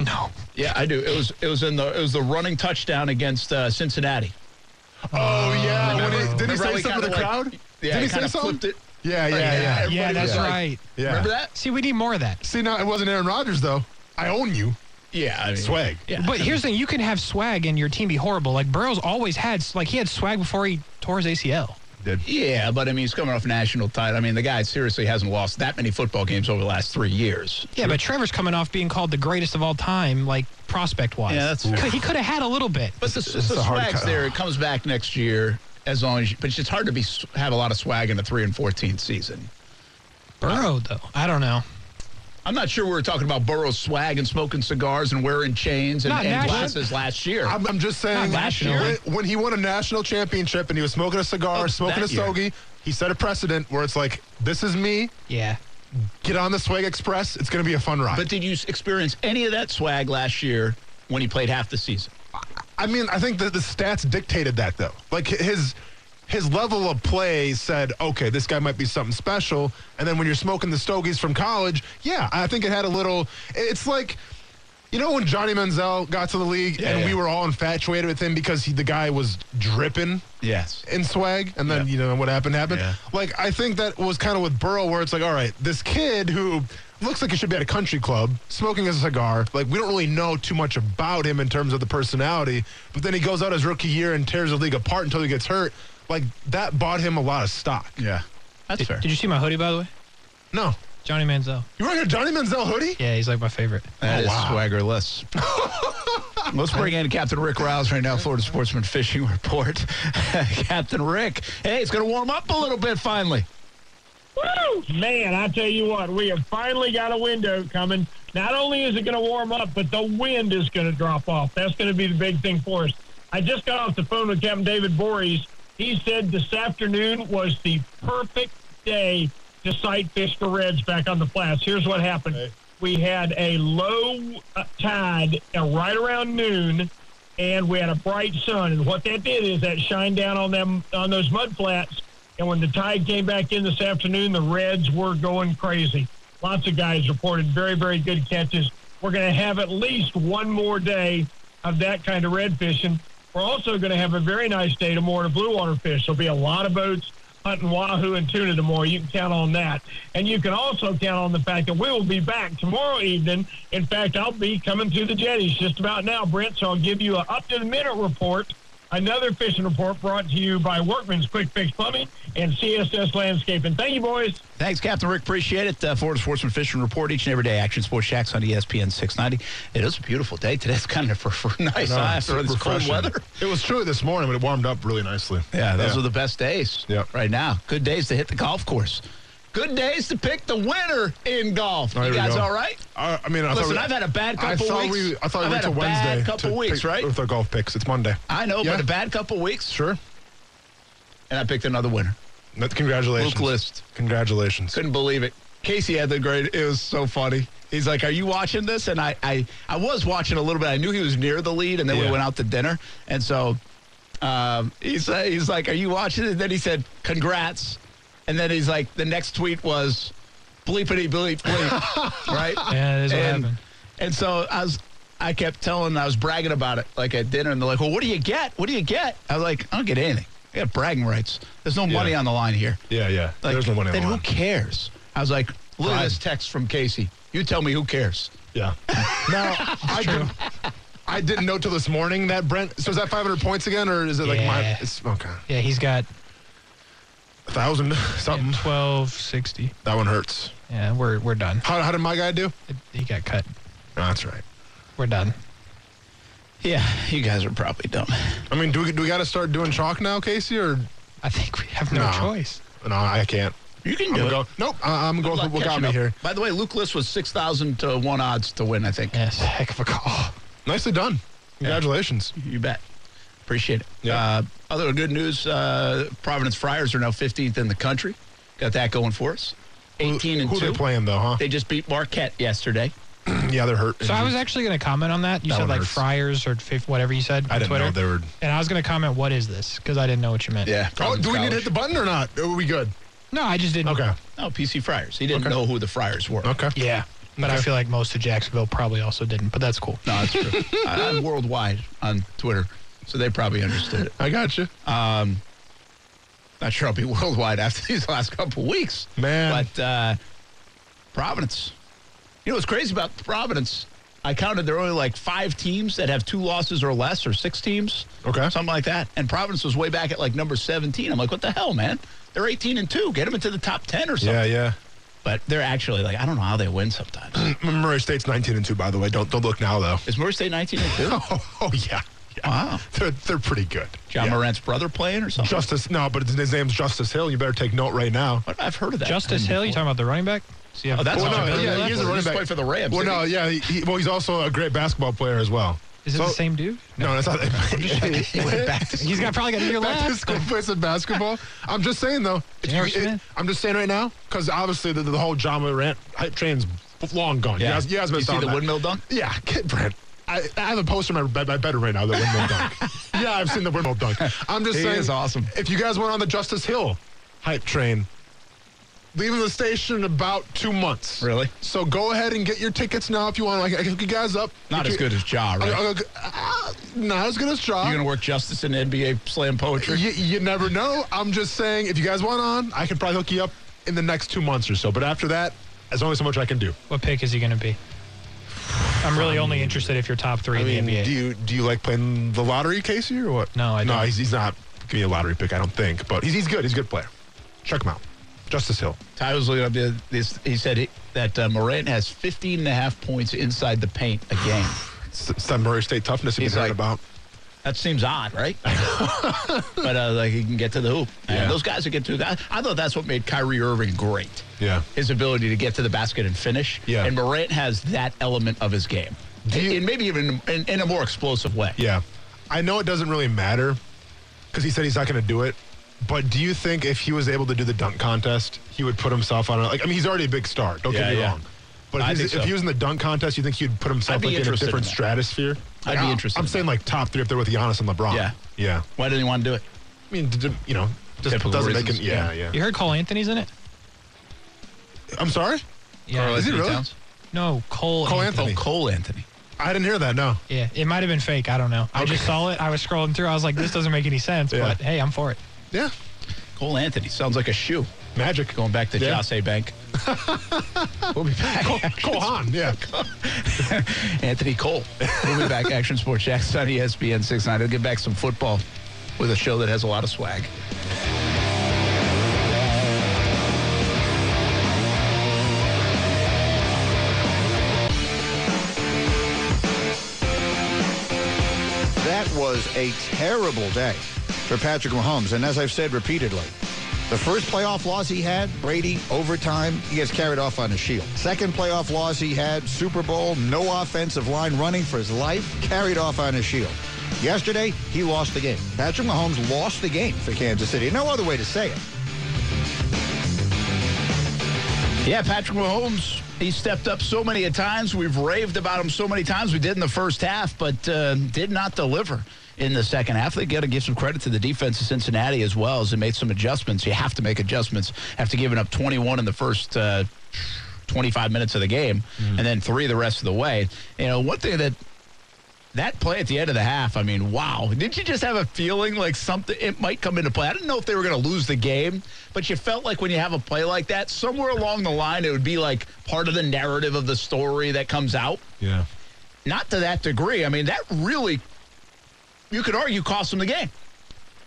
S6: No.
S4: Yeah, I do. It was it was in the it was the running touchdown against uh, Cincinnati.
S5: Oh yeah. When he, did he
S4: Remember how
S5: say
S4: he
S5: something to the
S4: kinda, like-
S5: crowd?
S4: Yeah,
S5: did
S4: he
S5: he say
S4: kinda
S5: something?
S4: flipped it.
S5: Yeah,
S4: Like,
S5: yeah, yeah.
S4: yeah,
S6: Yeah,
S4: Everybody
S6: that's
S4: was like-
S6: right.
S5: Yeah.
S4: Remember that?
S6: See, we need more of that.
S5: See, now it wasn't Aaron Rodgers though. I own you.
S4: Yeah, I mean,
S5: Swag.
S4: Yeah,
S6: But here's the thing: you can have swag and your team be horrible. Like Burrow's always had, like he had swag before he tore his ACL.
S5: Did.
S4: yeah, but I mean, he's coming off national title. I mean, the guy seriously hasn't lost that many football games over the last three years.
S6: Yeah, but Trevor's coming off being called the greatest of all time, like prospect wise.
S4: Yeah, that's fair.
S6: he could have had a little bit.
S4: But the,
S5: it's
S4: the
S5: a hard
S4: swag's
S5: cut.
S4: there. It comes back next year as long as. You, but it's just hard to be s- have a lot of swag in the three and fourteen season.
S6: Burrow though, I don't know.
S4: I'm not sure we were talking about Burrow's swag and smoking cigars and wearing chains and,
S6: Not
S4: and
S6: national.
S4: glasses last year.
S5: I'm, I'm just saying,
S6: Not last year.
S5: when, when he won a national championship and he was smoking a cigar,
S4: Oh,
S5: smoking a
S4: that year.
S5: stogie, he set a precedent where it's like, this is me.
S6: Yeah.
S5: Get on the Swag Express. It's going to be a fun ride.
S4: but
S5: But
S4: did you s- experience any of that swag last year when he played half the season?
S5: I mean, I think that the stats dictated that though. Like hi- his his level of play said, okay, this guy might be something special. And then when you're smoking the stogies from college, yeah, I think it had a little. It's like. You know when Johnny Manziel got to the league
S4: Yeah,
S5: and
S4: yeah.
S5: we were all infatuated with him because he, the guy was dripping?
S4: Yes.
S5: in swag, and then
S4: Yeah.
S5: you know what happened happened.
S4: Yeah.
S5: Like I think that was kind of with Burrow, where it's like, all right, this kid who looks like he should be at a country club smoking a cigar. Like we don't really know too much about him in terms of the personality, but then he goes out his rookie year and tears the league apart until he gets hurt. Like that bought him a lot of stock.
S4: Yeah. That's fair.
S6: Did you see my hoodie by the way?
S5: No,
S6: Johnny Manziel.
S5: you wearing a Johnny Manziel hoodie?
S6: Yeah, he's like my favorite.
S4: That is
S5: Oh, wow.
S4: swaggerless. Let's bring in Captain Rick Rouse right now, Florida Sportsman Fishing Report. Captain Rick, hey, it's going to warm up a little bit finally.
S7: Man, I tell you what, we have finally got a window coming. Not only is it going to warm up, but the wind is going to drop off. That's going to be the big thing for us. I just got off the phone with Captain David Boris. He said this afternoon was the perfect day to sight fish for reds back on the flats. Here's what happened. We had a low uh, tide uh, right around noon, and we had a bright sun. And what that did is that shined down on them on those mud flats. And when the tide came back in this afternoon, the Reds were going crazy. Lots of guys reported very, very good catches. We're going to have at least one more day of that kind of red fishing. We're also going to have a very nice day tomorrow to blue water fish. There'll be a lot of boats hunting wahoo and tuna tomorrow. You can count on that. And you can also count on the fact that we will be back tomorrow evening. In fact, I'll be coming through the jetties just about now, Brent. So I'll give you an up to the minute report. Another fishing report brought to you by Workman's Quick Fix Plumbing and CSS Landscaping. Thank you, boys.
S4: Thanks, Captain Rick. Appreciate it. Uh, Florida Sportsman Fishing Report each and every day. Action Sports Shacks on E ESPN 690. It is a beautiful day today. It's kind of for, for nice
S5: No,
S4: huh,
S5: it's
S4: after this cold
S5: Oh, refreshing.
S4: weather.
S5: It was true this morning, but it warmed up really nicely.
S4: Yeah, those are the best days
S5: Yeah.
S4: right now. Good days to hit the golf course. Good days to pick the winner in golf.
S5: Oh, here
S4: you
S5: we
S4: guys
S5: go.
S4: all right?
S5: Uh, I mean, I
S4: Listen,
S5: thought we-
S4: I've had a bad
S5: I
S4: couple
S5: thought
S4: weeks.
S5: We, I thought
S4: I've
S5: we
S4: had
S5: went to
S4: a bad
S5: Wednesday.
S4: couple
S5: to
S4: weeks,
S5: pick-
S4: right?
S5: With our golf picks, it's Monday.
S4: I know,
S5: Yeah.
S4: but a bad couple weeks.
S5: Sure.
S4: And I picked another winner.
S5: No, Congratulations.
S4: Luke List.
S5: Congratulations.
S4: Couldn't believe it. Casey had the great. It was so funny. He's like, "Are you watching this?" And I, I, I was watching a little bit. I knew he was near the lead, and then we
S5: Yeah.
S4: went out to dinner. And so, um, he's uh, he's like, "Are you watching?" it? And then he said, "Congrats." And then he's like, the next tweet was, "Bleepity bleep bleep," right?
S6: Yeah, that is what
S4: and,
S6: happened.
S4: And so I was, I kept telling, I was bragging about it, like at dinner, and they're like, "Well, what do you get? What do you get?" I was like, "I don't get anything. I got bragging rights. There's no money on the line here."
S5: Yeah, yeah.
S4: Like,
S5: There's no money on
S4: then
S5: the
S4: who
S5: line.
S4: cares? I was like, look at
S5: Pride.
S4: this text from Casey. You tell me who cares.
S5: Yeah. now, I, did, I didn't know till this morning that Brent. So is that 500 points again, or is it like my?
S6: Yeah.
S5: It's, okay,
S6: Yeah, he's got
S5: a thousand something.
S6: twelve sixty.
S5: That one hurts.
S6: Yeah, we're we're done.
S5: How, how did my guy do?
S6: He got cut.
S5: No, that's right.
S6: We're done.
S4: Yeah, you guys are probably dumb.
S5: I mean, do we, do we got to start doing chalk now, Casey? Or
S6: I think we have no,
S5: No.
S6: choice.
S5: no, I can't.
S4: You can
S5: I'm
S4: do
S5: gonna
S4: it.
S5: go. Nope, I, I'm going
S4: Good
S5: for
S4: luck
S5: what got
S4: catching
S5: me
S4: up.
S5: here.
S4: By the way, Luke List was 6,000 to 1 odds to win, I think.
S6: Yes, heck of a call.
S5: Nicely done. Congratulations.
S4: You bet. Appreciate it.
S5: Yeah.
S4: Uh, other good news uh, Providence Friars are now 15th in the country. Got that going for us. 18 and
S5: Who
S4: 2.
S5: they playing though, huh?
S4: They just beat Marquette yesterday.
S5: yeah, they're hurt.
S6: So I was actually going to comment on that. You
S5: That
S6: said
S5: one
S6: like
S5: hurts.
S6: Friars or fif- whatever you said.
S5: I
S6: on
S5: didn't
S6: Twitter.
S5: know they were.
S6: And I was going to comment, what is this? Because I didn't know what you meant.
S5: Oh, do we need to
S4: College.
S5: hit the button or not? Are we good?
S6: No, I just didn't.
S5: Okay.
S4: No, PC Friars. He didn't
S5: Okay.
S4: know who the Friars were.
S5: Okay.
S6: Yeah. But I
S5: Okay.
S6: feel like most of Jacksonville probably also didn't, but that's cool.
S4: No, that's true. I, I'm worldwide on Twitter, so they probably understood it.
S5: I got you.
S4: Not sure I'll be worldwide after these last couple weeks.
S5: Man.
S4: But uh, Providence. You know what's crazy about Providence? I counted there are only like five teams that have two losses or less, or six teams.
S5: Okay.
S4: Something like that. And Providence was way back at like number 17. I'm like, what the hell, man? They're 18 and 2. Get them into the top 10 or something.
S5: yeah, yeah.
S4: But they're actually like, I don't know how they win sometimes.
S5: Murray State's 19 and two, by the way. Don't don't look now though.
S4: Is Murray State 19 and 2?
S5: Oh, oh, yeah. yeah.
S4: Wow.
S5: They're they're pretty good.
S4: John
S5: Yeah.
S4: Morant's brother playing or something?
S5: Justice. No, but his name's Justice Hill. You better take note right now.
S4: What? I've heard of that. Hmm.
S6: Justice
S4: name
S6: Hill, you
S4: before.
S6: talking about the running back?
S4: Oh, that's
S5: Well,
S4: not
S5: no,
S4: bad.
S5: yeah, he
S4: He
S5: is a running
S4: used to
S5: back.
S4: play for the Rams.
S5: Well,
S4: didn't
S5: no,
S4: he?
S5: yeah. He, he- well, he's also a great basketball player as well.
S6: Is it
S5: So-
S6: the same dude?
S5: No, that's not.
S4: He went back to
S6: He's got probably got a year
S5: back to
S6: left.
S5: school play some basketball. I'm just saying though. if you-
S6: J.R. Smith.
S5: I'm just saying right now because obviously the, the whole John Morant hype train's long gone.
S4: Yeah.
S5: You guys, you guys
S4: Did you
S5: missed
S4: see
S5: out on
S4: the
S5: that.
S4: windmill dunk?
S5: Yeah, get Brent. I, I have a poster in my, bed- my bedroom right now, the windmill dunk. Yeah, I've seen the windmill dunk. I'm just
S4: He
S5: saying,
S4: is awesome.
S5: If you guys went on the Justice Hill hype train, leaving the station in about two months.
S4: Really?
S5: So go ahead and get your tickets now if you want. Like, I can hook you guys up.
S4: Not
S5: You
S4: as
S5: can-
S4: good as Ja,
S5: I-
S4: right?
S5: I- I- uh, not as good as Jaw.
S4: You're going to work justice in NBA slam poetry?
S5: You, you never know. I'm just saying, if you guys want on, I can probably hook you up in the next two months or so. But after that, there's only so much I can do.
S6: What pick is he going to be? I'm really only interested if you're top three in the NBA.
S5: do you do you like playing the lottery, Casey, or what?
S6: No, I
S5: no,
S6: don't.
S5: he's, he's not gonna be a lottery pick, I don't think. But he's, he's good. He's a good player. Check him out, Justice Hill.
S4: Ty was looking up the, this. He said he, that uh, Morant has 15 and a half points inside the paint a game.
S5: It's, it's that Murray State toughness he's
S4: He's
S5: been
S4: like-
S5: heard about.
S4: That seems odd, right? but uh, like he can get to the hoop. And
S5: Yeah.
S4: Those guys that get to that. I thought that's what made Kyrie Irving great.
S5: Yeah.
S4: His ability to get to the basket and finish.
S5: Yeah.
S4: And Morant has that element of his game.
S5: Do
S4: And-
S5: you-
S4: and maybe even in, in a more explosive way.
S5: Yeah, I know it doesn't really matter because he said he's not gonna do it. But do you think if he was able to do the dunk contest, he would put himself on a like? I mean, he's already a big star. Don't
S4: Yeah,
S5: get me
S4: yeah.
S5: wrong. But if,
S4: I
S5: he's-
S4: think so.
S5: if he was in the dunk contest, you think he'd put
S4: I'd
S5: himself
S4: be
S5: like in a
S4: interested in
S5: different
S4: that.
S5: stratosphere?
S4: I'd
S5: Like,
S4: be
S5: I-
S4: interested
S5: I'm
S4: in
S5: saying like top three up there with Giannis and LeBron.
S4: Yeah.
S5: yeah.
S4: Why did he want to do it?
S5: I mean, d- d- you know, just
S4: Typical
S5: doesn't
S4: reasons.
S5: make him. Yeah, yeah.
S6: You heard Cole Anthony's in it?
S5: I'm sorry.
S6: Yeah.
S5: Is he
S4: Anthony
S5: really?
S4: Towns?
S6: No, Cole.
S5: Cole
S6: Anthony.
S4: Oh,
S5: Anthony.
S4: Cole Anthony.
S5: I didn't hear that. No.
S6: Yeah, it might have been fake. I don't know. I just saw it. I was scrolling through. I was like, this doesn't make any sense,
S5: Yeah.
S6: but hey, I'm for it.
S5: Yeah.
S4: Cole Anthony sounds like a shoe.
S5: Magic.
S4: Going back to
S5: Yeah.
S4: Jose Bank. we'll be back.
S5: Cole Haan. Yeah.
S4: Anthony Cole. We'll be back. Action Sports Jacks on E ESPN 69. We'll get back some football with a show that has a lot of swag.
S8: That was a terrible day for Patrick Mahomes. And as I've said repeatedly, the first playoff loss he had, Brady, overtime, he gets carried off on his shield. Second playoff loss he had, Super Bowl, no offensive line running for his life, carried off on his shield. Yesterday, he lost the game. Patrick Mahomes lost the game for Kansas City. No other way to say it.
S4: Yeah, Patrick Mahomes. He stepped up so many a times. We've raved about him so many times. We did in the first half, but uh, did not deliver in the second half. They got to give some credit to the defense of Cincinnati as well as they made some adjustments. You have to make adjustments after giving up 21 in the first uh, 25 minutes of the game, and then three the rest of the way. You know, one thing that that play at the end of the half, I mean, wow. Didn't you just have a feeling like something it might come into play? I didn't know if they were going to lose the game, but you felt like when you have a play like that, somewhere along the line it would be like part of the narrative of the story that comes out.
S5: Yeah.
S4: Not to that degree. I mean, that really you could argue cost them the game.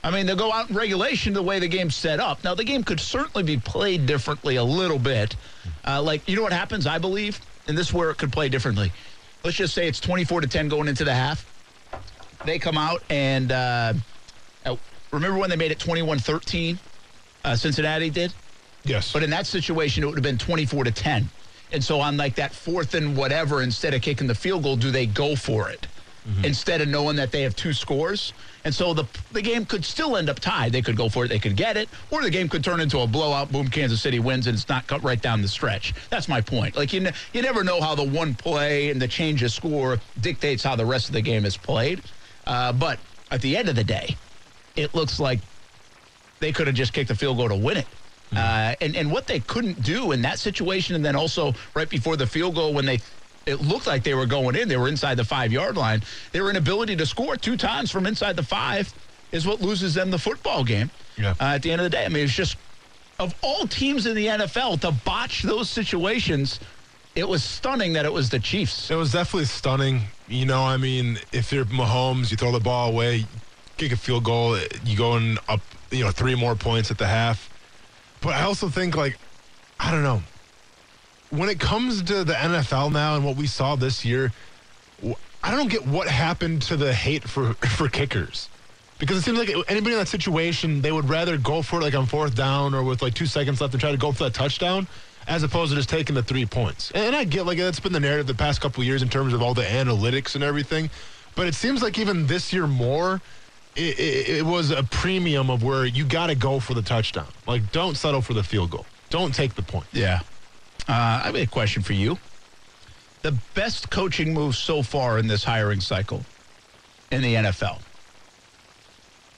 S4: I mean, they'll go out in regulation the way the game's set up. Now, the game could certainly be played differently a little bit. Uh, like, you know what happens, I believe? And this is where it could play differently. Let's just say it's 24 to 10 going into the half. They come out and uh, uh, remember when they made it 21 13? Uh, Cincinnati did?
S5: Yes.
S4: But in that situation, it would have been 24 to 10. And so on like that fourth and whatever, instead of kicking the field goal, do they go for it? Instead of knowing that they have two scores. And so the the game could still end up tied. They could go for it, they could get it, or the game could turn into a blowout. Boom, Kansas City wins, and it's not cut right down the stretch. That's my point. Like you, ne- you never know how the one play and the change of score dictates how the rest of the game is played. Uh, but at the end of the day, it looks like they could have just kicked the field goal to win it. Uh, and and what they couldn't do in that situation, and then also right before the field goal when they. It looked like they were going in. They were inside the five yard line. Their inability to score two times from inside the five is what loses them the football game.
S5: Yeah.
S4: Uh, at the end of the day, I mean, it's just of all teams in the NFL to botch those situations. It was stunning that it was the Chiefs.
S5: It was definitely stunning. You know, I mean, if you're Mahomes, you throw the ball away, kick a field goal, you go in up, you know, three more points at the half. But I also think, like, I don't know. When it comes to the NFL now and what we saw this year, wh- I don't get what happened to the hate for for kickers. Because it seems like anybody in that situation, they would rather go for it like on fourth down or with like two seconds left and try to go for that touchdown as opposed to just taking the three points. And I get like that's been the narrative the past couple years in terms of all the analytics and everything. But it seems like even this year more, it, it, it was a premium of where you got to go for the touchdown. Like don't settle for the field goal. Don't take the point.
S4: Yeah. Uh, I have a question for you. The best coaching move so far in this hiring cycle in the NFL.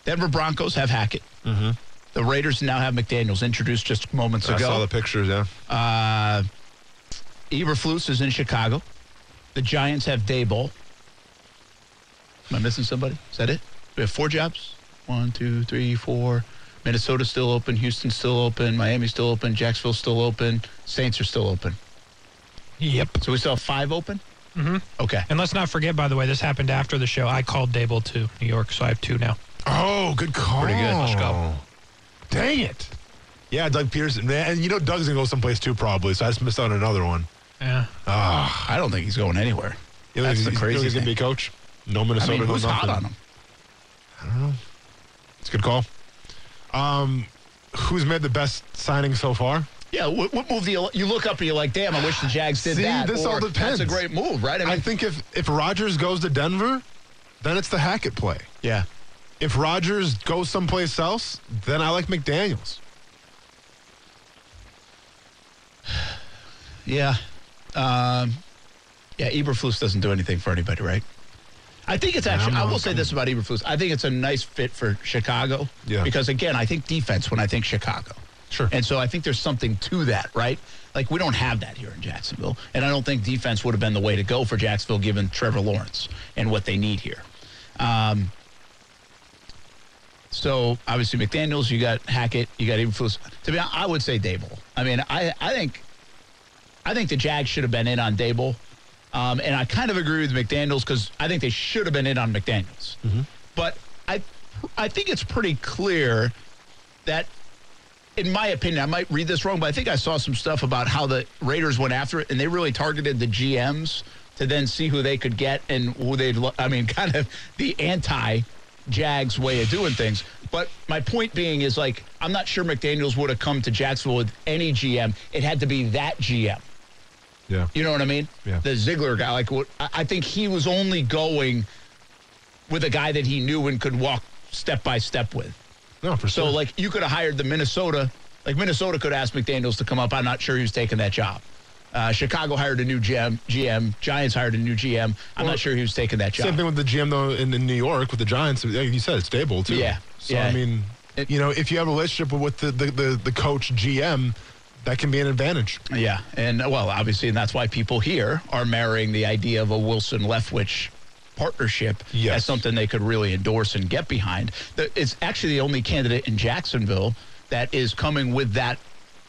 S4: Denver Broncos have Hackett. The Raiders now have McDaniels introduced just moments
S5: Mm-hmm. I
S4: ago.
S5: saw the pictures, yeah.
S4: Eberflus is in Chicago. The Giants have Dayball. Am I missing somebody? Is that it? We have four jobs. One, two, three, four. Minnesota's still open. Houston's still open. Miami's still open. Jacksonville's still open. Saints are still open.
S6: Yep.
S4: So we still have five open? Mm-hmm. Okay.
S6: And let's not forget, by the way, this happened after the show. I called Dable to New York, so I have two now.
S5: Oh, good call.
S4: Pretty good. Let's go.
S5: Dang it. Yeah, Doug Peterson, man. And you know Doug's going to go someplace too, probably. So I just missed out on another one.
S6: Yeah.
S4: I don't think he's going anywhere.
S5: You know,
S4: That's
S5: he's,
S4: the
S5: he's- you know
S4: crazy
S5: He's going to be
S4: thing.
S5: a coach. No
S4: I
S5: Minnesota.
S4: mean,
S5: no
S4: who's hot
S5: nothing.
S4: on him?
S5: It's a good call. Um, who's made the best signing so far?
S4: Yeah, what, what move do you, you look up and you're like, damn, I wish the Jags did
S5: See,
S4: that.
S5: this
S4: or,
S5: all depends.
S4: That's a great move, right? I mean,
S5: I think if if Rodgers goes to Denver, then it's the Hackett play.
S4: yeah.
S5: If Rodgers goes someplace else, then I like McDaniel's.
S4: Yeah. Um, yeah, Eberflus doesn't do anything for anybody, right? I think it's actually, I will say this about Eberflus. I think it's a nice fit for Chicago.
S5: Yeah.
S4: Because, again, I think defense when I think Chicago.
S5: Sure.
S4: And so I think there's something to that, right? Like, we don't have that here in Jacksonville. And I don't think defense would have been the way to go for Jacksonville given Trevor Lawrence and what they need here. Um, so obviously McDaniels, you got Hackett, you got Eberflus. To be honest, I would say Dable. I mean, I, I think I think the Jags should have been in on Dable. Um, and I kind of agree with McDaniels because I think they should have been in on McDaniels. But I, I think it's pretty clear that, in my opinion, I might read this wrong, but I think I saw some stuff about how the Raiders went after it and they really targeted the GMs to then see who they could get and who they'd, lo- I mean, kind of the anti Jags way of doing things. But my point being is like, I'm not sure McDaniels would have come to Jacksonville with any GM. It had to be that GM.
S5: Yeah.
S4: You know what I mean?
S5: Yeah.
S4: The Ziggler guy. Like, what, I I think he was only going with a guy that he knew and could walk step by step with.
S5: No, for
S4: So,
S5: sure.
S4: like, you could have hired the Minnesota. Like, Minnesota could ask McDaniels to come up. I'm not sure he was taking that job. Uh, Chicago hired a new GM. GM. Giants hired a new GM. I'm
S5: Well,
S4: not sure he was taking that job.
S5: Same thing with the GM though in, in New York with the Giants. Like you said, it's stable too.
S4: Yeah,
S5: So
S4: yeah.
S5: I mean,
S4: It-
S5: you know, if you have a relationship with the the, the the coach GM, that can be an advantage.
S4: Yeah, and uh, well, obviously, and that's why people here are marrying the idea of a Wilson Leftwich partnership
S5: Yes.
S4: as something they could really endorse and get behind. The- It's actually the only candidate in Jacksonville that is coming with that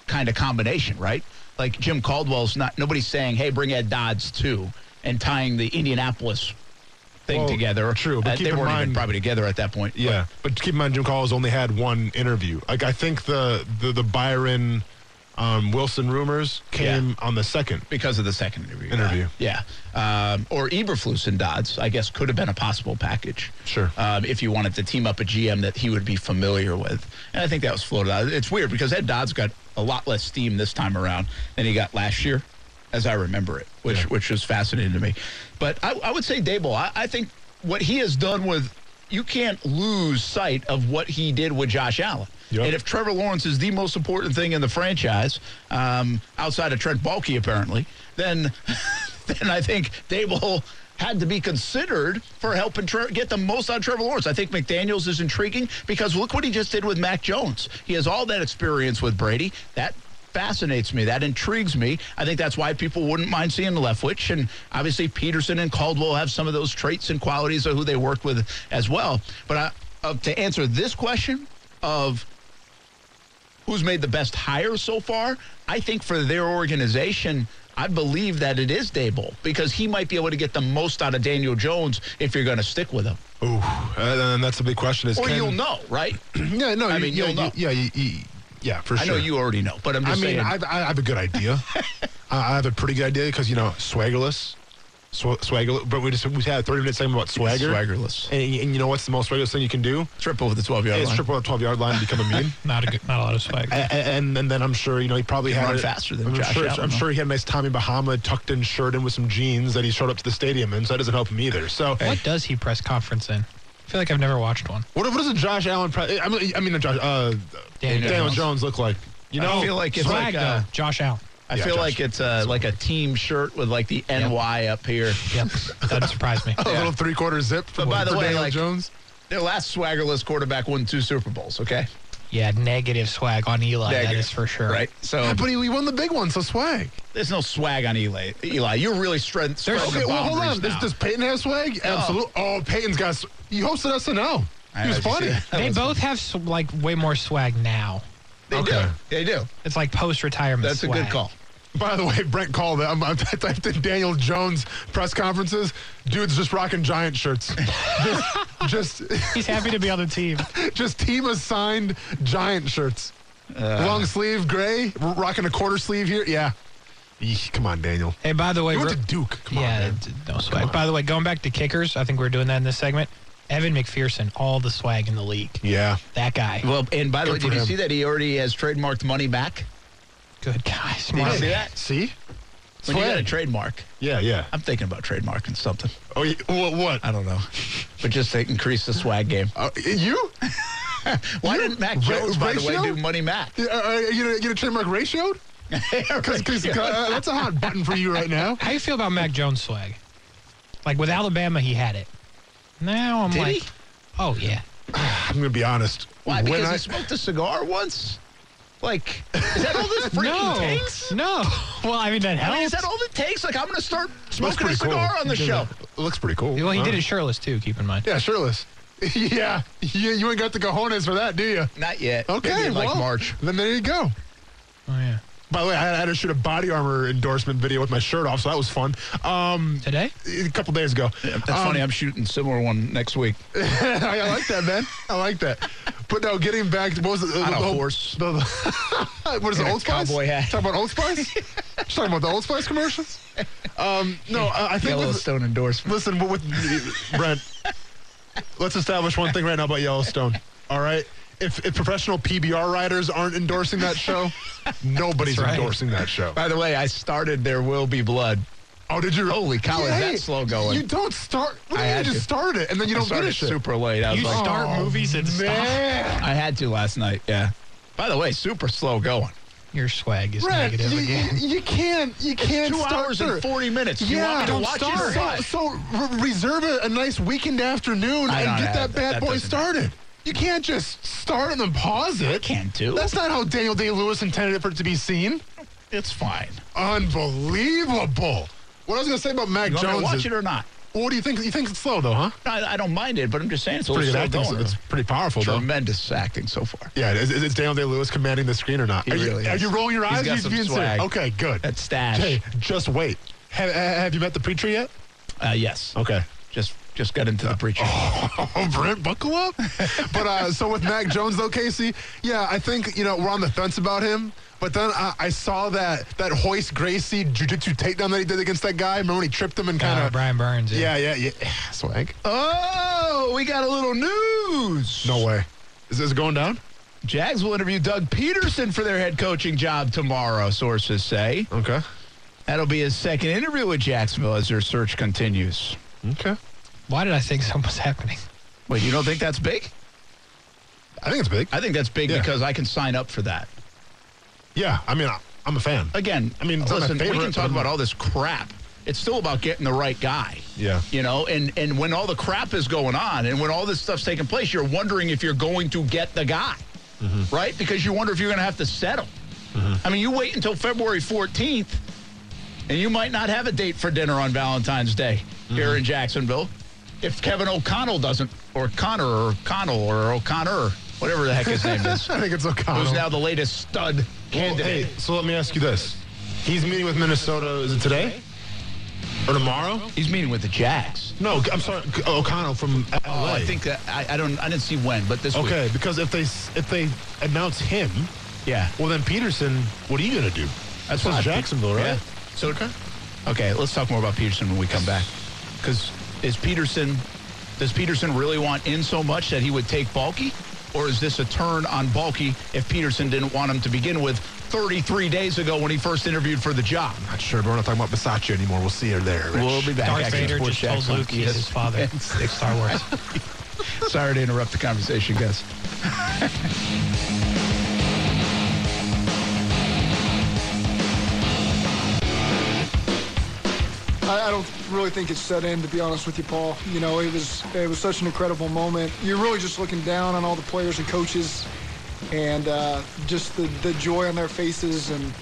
S4: kind of combination, right? Like Jim Caldwell's not. Nobody's saying, "Hey, bring Ed Dodds too," and tying the Indianapolis thing
S5: Well,
S4: together.
S5: true, but
S4: Uh,
S5: keep
S4: they
S5: in
S4: weren't even
S5: mind-
S4: probably together at that point.
S5: Yeah, but keep in mind Jim Collins only had one interview. Like I think the the, the Byron Um, Wilson rumors came on the second.
S4: because of the second interview.
S5: Interview.
S4: Yeah. yeah. Um, or Eberflus and Dodds, I guess, could have been a possible package.
S5: Sure.
S4: Um, if you wanted to team up a GM that he would be familiar with. And I think that was floated out. It's weird because Ed Dodds got a lot less steam this time around than he got last year, as I remember it, which which was fascinating to me. But I, I would say Dable, I, I think what he has done with, you can't lose sight of what he did with Josh Allen.
S5: Yep.
S4: And if Trevor Lawrence is the most important thing in the franchise, um, outside of Trent Baalke apparently, then then I think Dable had to be considered for helping Tre- get the most out of Trevor Lawrence. I think McDaniels is intriguing because look what he just did with Mac Jones. He has all that experience with Brady. That fascinates me. That intrigues me. I think that's why people wouldn't mind seeing Leftwich. And obviously, Peterson and Caldwell have some of those traits and qualities of who they worked with as well. But I, uh, to answer this question of who's made the best hire so far, I think for their organization, I believe that it is Dable because he might be able to get the most out of Daniel Jones if you're going to stick with him.
S5: Ooh, and, and that's the big question. Is
S4: Or
S5: can-
S4: you'll know, right?
S5: Yeah, no,
S4: I
S5: you-
S4: mean,
S5: yeah,
S4: you'll know.
S5: you- yeah, you- you- yeah, for
S4: I
S5: sure.
S4: know you already know, but I'm
S5: I
S4: just
S5: mean,
S4: saying.
S5: I've, I have a good idea. I I have a pretty good idea because you know, swaggerless, sw- swagger. But we just we had a thirty minute segment about swagger.
S4: Swaggerless.
S5: And, and you know what's the most swaggerless thing you can do?
S4: Trip over the 12 yard
S5: Is
S4: line.
S5: trip on the twelve yard line and become a meme.
S6: Not a good, not a lot of swag.
S5: A- a- and, and then I'm sure you know he probably
S4: Can
S5: had
S4: run
S5: a-
S4: faster than
S5: I'm
S4: Josh
S5: sure,
S4: Allen,
S5: I'm
S4: though.
S5: sure he had a nice Tommy Bahama tucked in shirt and with some jeans that he showed up to the stadium in, so that doesn't help him either. So
S6: What does he press conference in? I feel like I've never watched one.
S5: What, what does a Josh Allen? Pre- I mean, I mean, a Josh, uh, Daniel,
S6: Daniel
S5: Jones.
S6: Jones.
S5: look like? You
S4: I
S5: know,
S4: feel like it's like
S6: Swag
S4: uh,
S6: though, Josh Allen.
S4: I
S5: Yeah,
S4: feel
S5: Josh.
S4: like it's uh, like a team shirt with like the NY up here.
S6: Yep, that surprised me.
S4: Oh.
S5: a little three quarter zip. For,
S4: But by the
S5: for
S4: way,
S5: Daniel
S4: like-
S5: Jones.
S4: Their last swaggerless quarterback won two Super Bowls. Okay,
S6: Yeah, negative swag on Eli. That
S4: Negative,
S6: is for sure.
S4: right? So
S5: But he, he won the big one, so swag.
S4: there's no swag on Eli. Eli, you're really spreading. spreading
S5: Okay,
S4: the
S5: well, hold
S4: boundaries
S5: on. Does,
S4: now.
S5: does Peyton have swag?
S4: No.
S5: Absolutely. Oh, Peyton's got. s- He hosted SNL.
S4: I know, did
S5: He was
S4: you see
S5: funny.
S4: that? That
S6: They
S4: was-
S6: both have s- like way more swag now.
S4: They
S5: Okay.
S4: do. They do.
S6: It's like post retirement.
S4: That's a good call.
S5: By the way, Brent called. I'm, I'm, I typed in Daniel Jones press conferences. Dude's just rocking giant shirts. just, just,
S6: He's happy to be on the team.
S5: just team assigned giant shirts.
S4: Uh.
S5: Long sleeve, gray, r- rocking a quarter sleeve here. Yeah. Eek, come on, Daniel.
S6: Hey, by the way,
S5: You went
S6: re-
S5: to Duke. Come on,
S6: yeah,
S5: man.
S6: d- no swag. By the way, going back to kickers, I think we we're doing that in this segment. Evan McPherson, all the swag in the league.
S5: Yeah.
S6: That guy,
S4: Well, and by the way,
S5: Good for
S4: did you
S5: him.
S4: see that he already has trademarked money back?
S6: good
S4: Did
S6: guy,
S4: you
S6: smart.
S4: see that?
S5: See?
S4: When you got a
S5: Swag.
S4: trademark,
S5: Yeah, yeah.
S4: I'm thinking about trademarking something.
S5: Oh, you, what? what?
S4: I don't know, but just to increase the swag game.
S5: Uh, you?
S4: Why didn't Mac
S5: Ra-
S4: Jones, by the way,
S5: ratio?
S4: do money Mac?
S5: Yeah, uh, are you gonna get a trademark ratioed? Cause, 'cause, uh, that's a hot button for you right now.
S6: How you feel about Mac Jones swag? Like with Alabama, he had it. Now I'm
S4: Did
S6: like,
S4: he?
S6: oh yeah,
S5: I'm gonna be honest.
S4: Why?
S5: When
S4: Because
S5: I-
S4: he smoked a cigar once. Like, is that all this freaking
S6: no,
S4: takes?
S6: no. Well, I mean that
S4: I mean, is
S6: helps.
S4: that all it takes? Like, I'm going to start
S5: Looks
S4: smoking a
S5: pretty cool.
S4: cigar on the show.
S5: It looks pretty cool.
S6: well, he
S5: huh?
S6: did it shirtless too. Keep in mind.
S5: Yeah, shirtless. yeah, you, you ain't got the cojones for that, do you?
S4: Not yet.
S5: Okay,
S4: Maybe in, like
S5: well,
S4: March.
S5: Then there you go.
S6: Oh yeah.
S5: By the way, I had to shoot a body armor endorsement video with my shirt off, so that was fun. Um,
S6: Today?
S5: a couple days ago.
S4: That's
S5: um,
S4: funny. I'm shooting similar one next week.
S5: I, I like that, man. I like that. But no, getting back, to, what was it?
S4: On a
S5: the-
S4: horse.
S5: the- what is
S4: In
S5: it?
S4: a
S5: Old Spice.
S4: cowboy hat.
S5: Talking about Old Spice. you talking about the Old Spice commercials. Um, no, I, I think. With,
S4: Yellowstone endorsement.
S5: listen, with, with Brent, let's establish one thing right now about Yellowstone. All right. If, if professional PBR riders aren't endorsing that show, nobody's
S6: That's right.
S5: endorsing that show.
S4: By the way, I started There Will Be Blood.
S5: Oh, did you?
S4: Holy cow, is that slow going?
S5: You don't start. What do
S4: I
S5: you mean
S4: had
S5: you
S4: to.
S5: just start it and then you
S4: I
S5: don't
S4: started
S5: finish it.
S4: super late. I was
S6: You
S4: like, "Oh,
S6: start movies and stuff.
S5: Man.
S4: I had to last night. Yeah. By the way, super slow going.
S6: Your swag is
S5: Brent,
S6: negative
S5: you,
S6: again.
S5: you- you can't. You can't
S4: Two
S5: start
S4: hours
S5: through
S4: and
S5: it.
S4: 40 minutes. You
S5: yeah,
S4: want me to watch it or
S5: So,
S4: what?
S5: so re- reserve a, a nice weekend afternoon
S4: I
S5: and
S4: don't
S5: get
S4: have
S5: that bad
S4: that. That
S5: boy
S4: doesn't-
S5: started. You can't just start and then pause it.
S4: can't do.
S5: That's not how Daniel Day Lewis intended it for it to be seen.
S4: It's fine.
S5: Unbelievable. What I was gonna say about Mac
S4: You want me to
S5: Jones
S4: watch
S5: is,
S4: it or not?
S5: what do you think? You think it's slow though, huh?
S4: I, I don't mind it, but I'm just saying it's a little
S5: Pretty good
S4: slow
S5: acting.
S4: going.
S5: It's pretty powerful though.
S4: Tremendous acting so far.
S5: Yeah, is, is Daniel Day Lewis commanding the screen or not?
S4: He
S5: are,
S4: really
S5: you, are
S4: is.
S5: you rolling your
S4: He's
S5: eyes?
S4: got
S5: He's
S4: some
S5: being serious.
S4: swag.
S5: Okay, good.
S4: That stash.
S5: Hey, just wait. Have, have you met the preacher yet?
S4: Uh, yes.
S5: Okay. Uh,
S4: Just just got into the preacher.
S5: Oh, Brent, buckle up. but uh, so with Mac Jones though, Casey, yeah, I think you know we're on the fence about him. But then I, I saw that that Hoist Gracie jiu-jitsu takedown that he did against that guy. Remember when he tripped him and kind
S6: Uh,
S5: of
S6: Brian Burns.
S5: Yeah, yeah, yeah. Swag.
S4: Oh, we got a little news.
S5: No way. Is this going down?
S4: Jags will interview Doug Peterson for their head coaching job tomorrow, sources say.
S5: Okay.
S4: That'll be his second interview with Jacksonville as their search continues.
S5: Okay.
S6: Why did I think something was happening?
S4: Wait, you don't think that's big?
S5: I think it's big.
S4: I think that's big
S5: Yeah.
S4: because I can sign up for that.
S5: yeah, I mean, I, I'm a fan.
S4: Again,
S5: I mean, it's not my
S4: listen, we
S5: favorite,
S4: can
S5: but
S4: talk
S5: I'm-
S4: about all this crap. It's still about getting the right guy.
S5: Yeah.
S4: You know, and and when all the crap is going on and when all this stuff's taking place, you're wondering if you're going to get the guy.
S5: Mm-hmm.
S4: Right? Because you wonder if you're going to have to settle. I mean, you wait until February 14th and you might not have a date for dinner on Valentine's Day
S5: Mm-hmm.
S4: here in Jacksonville if Kevin O'Connell doesn't or Connor or Connell or O'Connor, whatever the heck his name is.
S5: I think it's O'Connell.
S4: Who's now the latest stud
S5: Well,
S4: candidate?
S5: hey, so let me ask you this. He's meeting with Minnesota, is it today? Or tomorrow?
S4: He's meeting with the Jags.
S5: No, I'm sorry, O'Connell from LA.
S4: Oh, I think that I, I don't. I didn't see when, but this week.
S5: Okay, because if they if they announce him,
S4: Yeah,
S5: well then Peterson, what are you gonna do?
S4: that's
S5: This is
S4: fine.
S5: Jacksonville, right?
S4: Yeah. So okay. Okay, let's talk more about Peterson when we come back. Because is Peterson? Does Peterson really want in so much that he would take Balky, or is this a turn on Balky if Peterson didn't want him to begin with 33 days ago when he first interviewed for the job?
S5: Not sure, but we're not talking about Bisaccia anymore. We'll see her there. Rich.
S4: We'll be back.
S6: Darth
S4: Action
S6: Vader
S4: Sports
S6: just
S4: Jackson.
S6: told Luke he's his father. Star Wars.
S4: Sorry to interrupt the conversation, guys.
S9: I, I don't really think it's set in, to be honest with you, Paul. You know, it was it was such an incredible moment. You're really just looking down on all the players and coaches, and uh, just the, the joy on their faces. And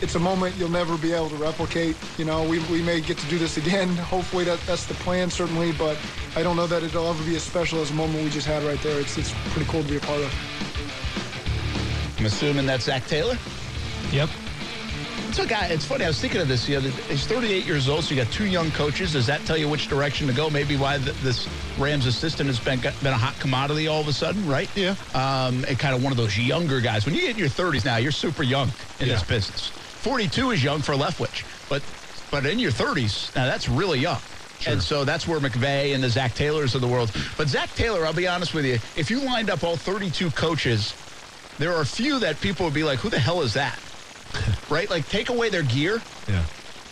S9: it's a moment you'll never be able to replicate. You know, we, we may get to do this again. Hopefully, that that's the plan, certainly. But I don't know that it'll ever be as special as the moment we just had right there. It's it's pretty cool to be a part of.
S4: I'm assuming that's Zach Taylor.
S6: yep.
S4: It's a guy. It's funny. I was thinking of this the other. day. He's 38 years old, so you got two young coaches. Does that tell you which direction to go? Maybe why th- this Rams assistant has been got- been a hot commodity all of a sudden, right?
S5: Yeah.
S4: Um, and kind of one of those younger guys. When you get in your 30s now, you're super young in this
S5: Yeah.
S4: business. 42 is young for Leftwich, but but in your 30s now, that's really young. And so that's where McVay and the Zach Taylors of the world. But Zach Taylor, I'll be honest with you, if you lined up all 32 coaches, there are a few that people would be like, "Who the hell is that?" right? Like take away their gear,
S5: Yeah.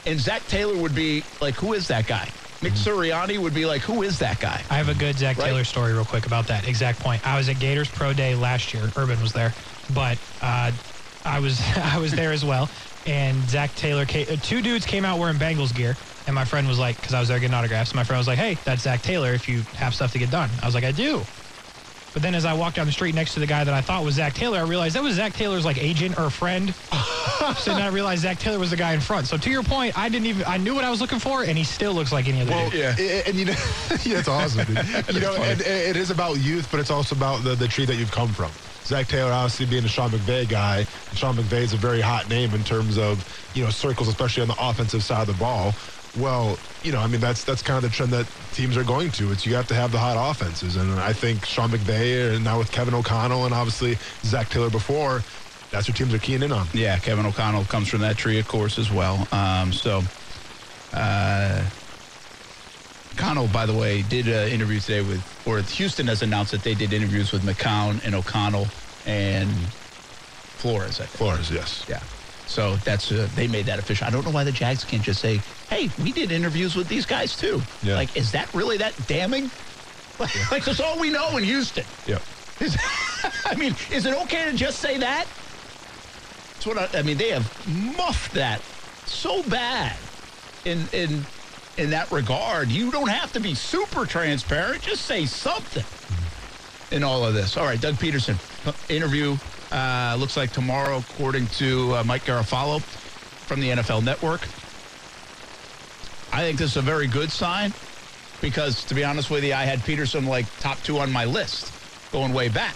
S4: and Zach Taylor would be like, "Who is that guy?" Nick Sirianni would be like, "Who is that guy?"
S6: I have a good Zach
S4: Right.
S6: Taylor story real quick about that exact point. I was at Gators Pro Day last year. Urban was there, but uh, I was I was there as well. And Zach Taylor, came, uh, two dudes came out wearing Bengals gear, and my friend was like, because I was there getting autographs. And my friend was like, "Hey, that's Zach Taylor. If you have stuff to get done," I was like, "I do." But then as I walked down the street next to the guy that I thought was Zach Taylor, I realized that was Zach Taylor's like agent or friend. so then I realized Zach Taylor was the guy in front. So to your point, I didn't even I knew what I was looking for, and he still looks like any other
S5: Well,
S6: dude.
S5: yeah, and you know, yeah, it's awesome. Dude. you know, and, and it is about youth, but it's also about the, the tree that you've come from. Zach Taylor, obviously being a Sean McVay guy, and Sean McVay is a very hot name in terms of you know circles, especially on the offensive side of the ball. Well, you know, I mean, that's that's kind of the trend that teams are going to. It's you have to have the hot offenses, and I think Sean McVay, and now with Kevin O'Connell, and obviously Zach Taylor before, that's what teams are keying in on.
S4: Yeah, Kevin O'Connell comes from that tree, of course, as well. Um, so, uh, O'Connell, by the way, did an interview today with, or Houston has announced that they did interviews with McCown and O'Connell and Flores, I think.
S5: Flores, yes.
S4: Yeah. So that's uh, they made that official. I don't know why the Jags can't just say, "Hey, we did interviews with these guys too."
S5: Yeah.
S4: Like, is that really that damning? Like, like that's all we know in Houston.
S5: Yeah.
S4: Is, I mean, is it okay to just say that? It's what I, I mean. They have muffed that so bad in in in that regard. You don't have to be super transparent. Just say something in all of this. All right, Doug Peterson uh, interview uh, looks like tomorrow, according to uh, Mike Garafalo from the NFL Network. I think this is a very good sign because, to be honest with you, I had Peterson like top two on my list going way back.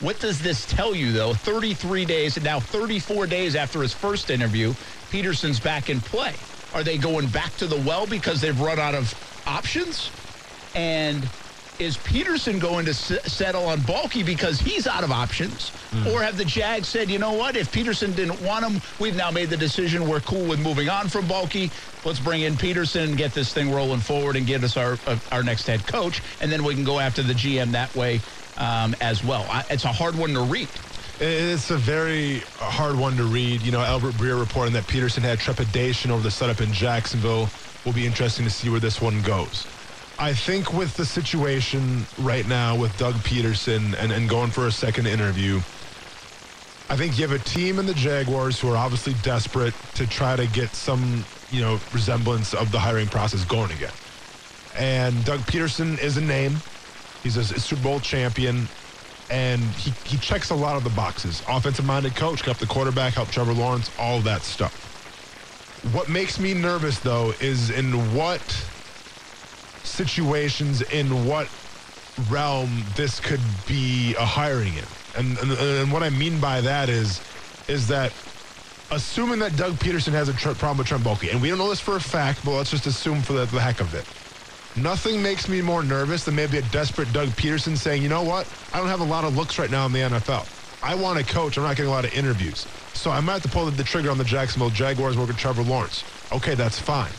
S4: What does this tell you, though? 33 days and now 34 days after his first interview, Peterson's back in play. Are they going back to the well because they've run out of options? And is Peterson going to s- settle on Balky because he's out of options? Or have the Jags said, you know what, if Peterson didn't want him, we've now made the decision. We're cool with moving on from Balky. Let's bring in Peterson and get this thing rolling forward and get us our, uh, our next head coach. And then we can go after the GM that way um, as well. I, it's a hard one to read.
S5: It's a very hard one to read. You know, Albert Breer reporting that Peterson had trepidation over the setup in Jacksonville. Will be interesting to see where this one goes. I think with the situation right now with Doug Peterson and, and going for a second interview, I think you have a team in the Jaguars who are obviously desperate to try to get some, you know, resemblance of the hiring process going again. And Doug Peterson is a name. He's a Super Bowl champion and he, he checks a lot of the boxes. Offensive minded coach, help the quarterback, help Trevor Lawrence, all that stuff. What makes me nervous though is in what situations, in what realm this could be a hiring in. And, and, and what I mean by that is, is that assuming that Doug Peterson has a tr- problem with Trent Baalke, and we don't know this for a fact, but let's just assume for the, the heck of it. Nothing makes me more nervous than maybe a desperate Doug Peterson saying, you know what? I don't have a lot of looks right now in the NFL. I want a coach. I'm not getting a lot of interviews. So I might have to pull the trigger on the Jacksonville Jaguars working Trevor Lawrence. Okay, that's fine.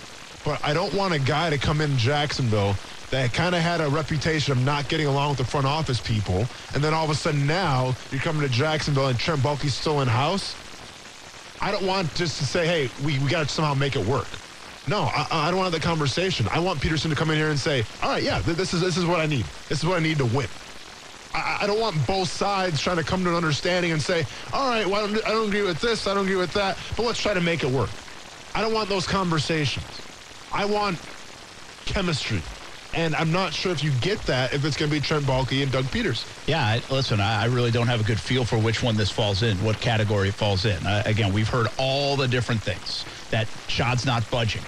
S5: But I don't want a guy to come in Jacksonville that kind of had a reputation of not getting along with the front office people. And then all of a sudden now you're coming to Jacksonville and Trent Baalke's still in house. I don't want just to say, hey, we, we got to somehow make it work. No, I, I don't want that conversation. I want Peterson to come in here and say, all right, yeah, th- this is this is what I need. This is what I need to win. I, I don't want both sides trying to come to an understanding and say, all right, well, I don't, I don't agree with this, I don't agree with that, but let's try to make it work. I don't want those conversations. I want chemistry. And I'm not sure if you get that if it's going to be Trent Baalke and Doug Peterson.
S4: Yeah, I- listen, I, I really don't have a good feel for which one this falls in, what category it falls in. Uh, again, we've heard all the different things that Shad's not budging.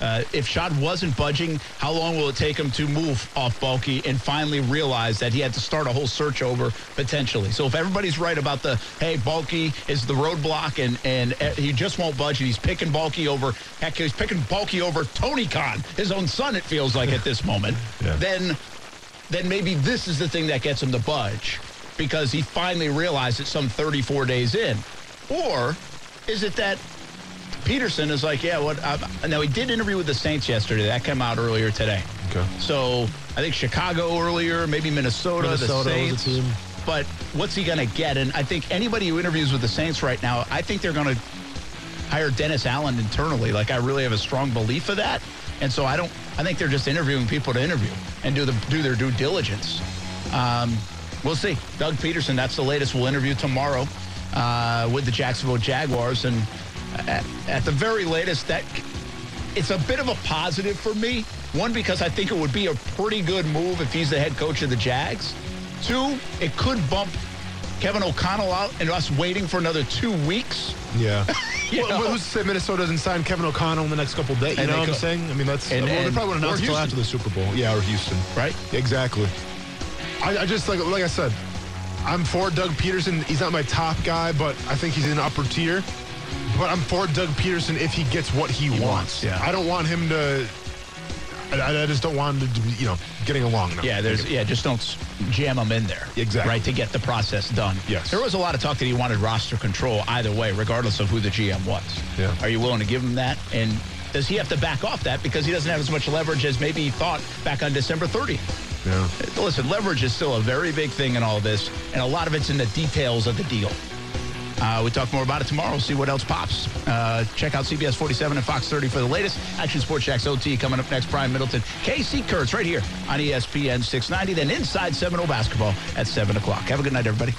S4: Uh, if Shad wasn't budging, how long will it take him to move off bulky and finally realize that he had to start a whole search over potentially? So if everybody's right about the hey, bulky is the roadblock and and uh, he just won't budge and he's picking bulky over heck, he's picking bulky over Tony Khan, his own son. It feels like at this moment.
S5: Yeah.
S4: Then then maybe this is the thing that gets him to budge because he finally realized it some 34 days in. Or is it that Peterson is like, yeah, what? i now, he did interview with the Saints yesterday. That came out earlier today.
S5: Okay.
S4: So I think Chicago earlier, maybe Minnesota,
S5: Minnesota was
S4: the
S5: a
S4: Saints.
S5: team.
S4: But what's he going to get? And I think anybody who interviews with the Saints right now, I think they're going to hire Dennis Allen internally. Like I really have a strong belief of that. And so I don't. I think they're just interviewing people to interview and do the do their due diligence. Um, we'll see. Doug Peterson. That's the latest. We'll interview tomorrow uh, with the Jacksonville Jaguars. And at, at the very latest, that it's a bit of a positive for me. One, because I think it would be a pretty good move if he's the head coach of the Jags. Two, it could bump Kevin O'Connell out and us waiting for another two weeks.
S5: Yeah.
S4: You
S5: Well,
S4: know?
S5: who's to say Minnesota doesn't sign Kevin O'Connell in the next couple days? You
S4: And they
S5: know what I'm
S4: go-
S5: saying? I mean, that's
S4: and-
S5: well, they
S4: and-
S5: probably wouldn't
S4: or
S5: announce until
S4: Houston.
S5: after the Super Bowl. Yeah, or Houston.
S4: Right.
S5: Exactly. I, I just like like I said, I'm for Doug Peterson. He's not my top guy, but I think he's in the upper tier. But I'm for Doug Peterson if he gets what he, wants.
S4: wants, yeah.
S5: I don't want him to. I, I just don't want him to, be, you know, getting along. Now.
S4: Yeah, there's yeah, just don't s- jam them in there.
S5: Exactly.
S4: Right to get the process done.
S5: Yes.
S4: There was a lot of talk that he wanted roster control either way, regardless of who the GM was.
S5: Yeah.
S4: Are you willing to give him that? And does he have to back off that because he doesn't have as much leverage as maybe he thought back on December 30th?
S5: Yeah.
S4: Listen, leverage is still a very big thing in all this, and a lot of it's in the details of the deal. Uh, we talk more about it tomorrow. See what else pops. Uh, check out CBS 47 and Fox 30 for the latest. Action Sports Shacks OT coming up next. Brian Middleton, KC Kurtz E right here on ESPN 690. Then inside Seminole basketball at 7 o'clock. Have a good night, everybody.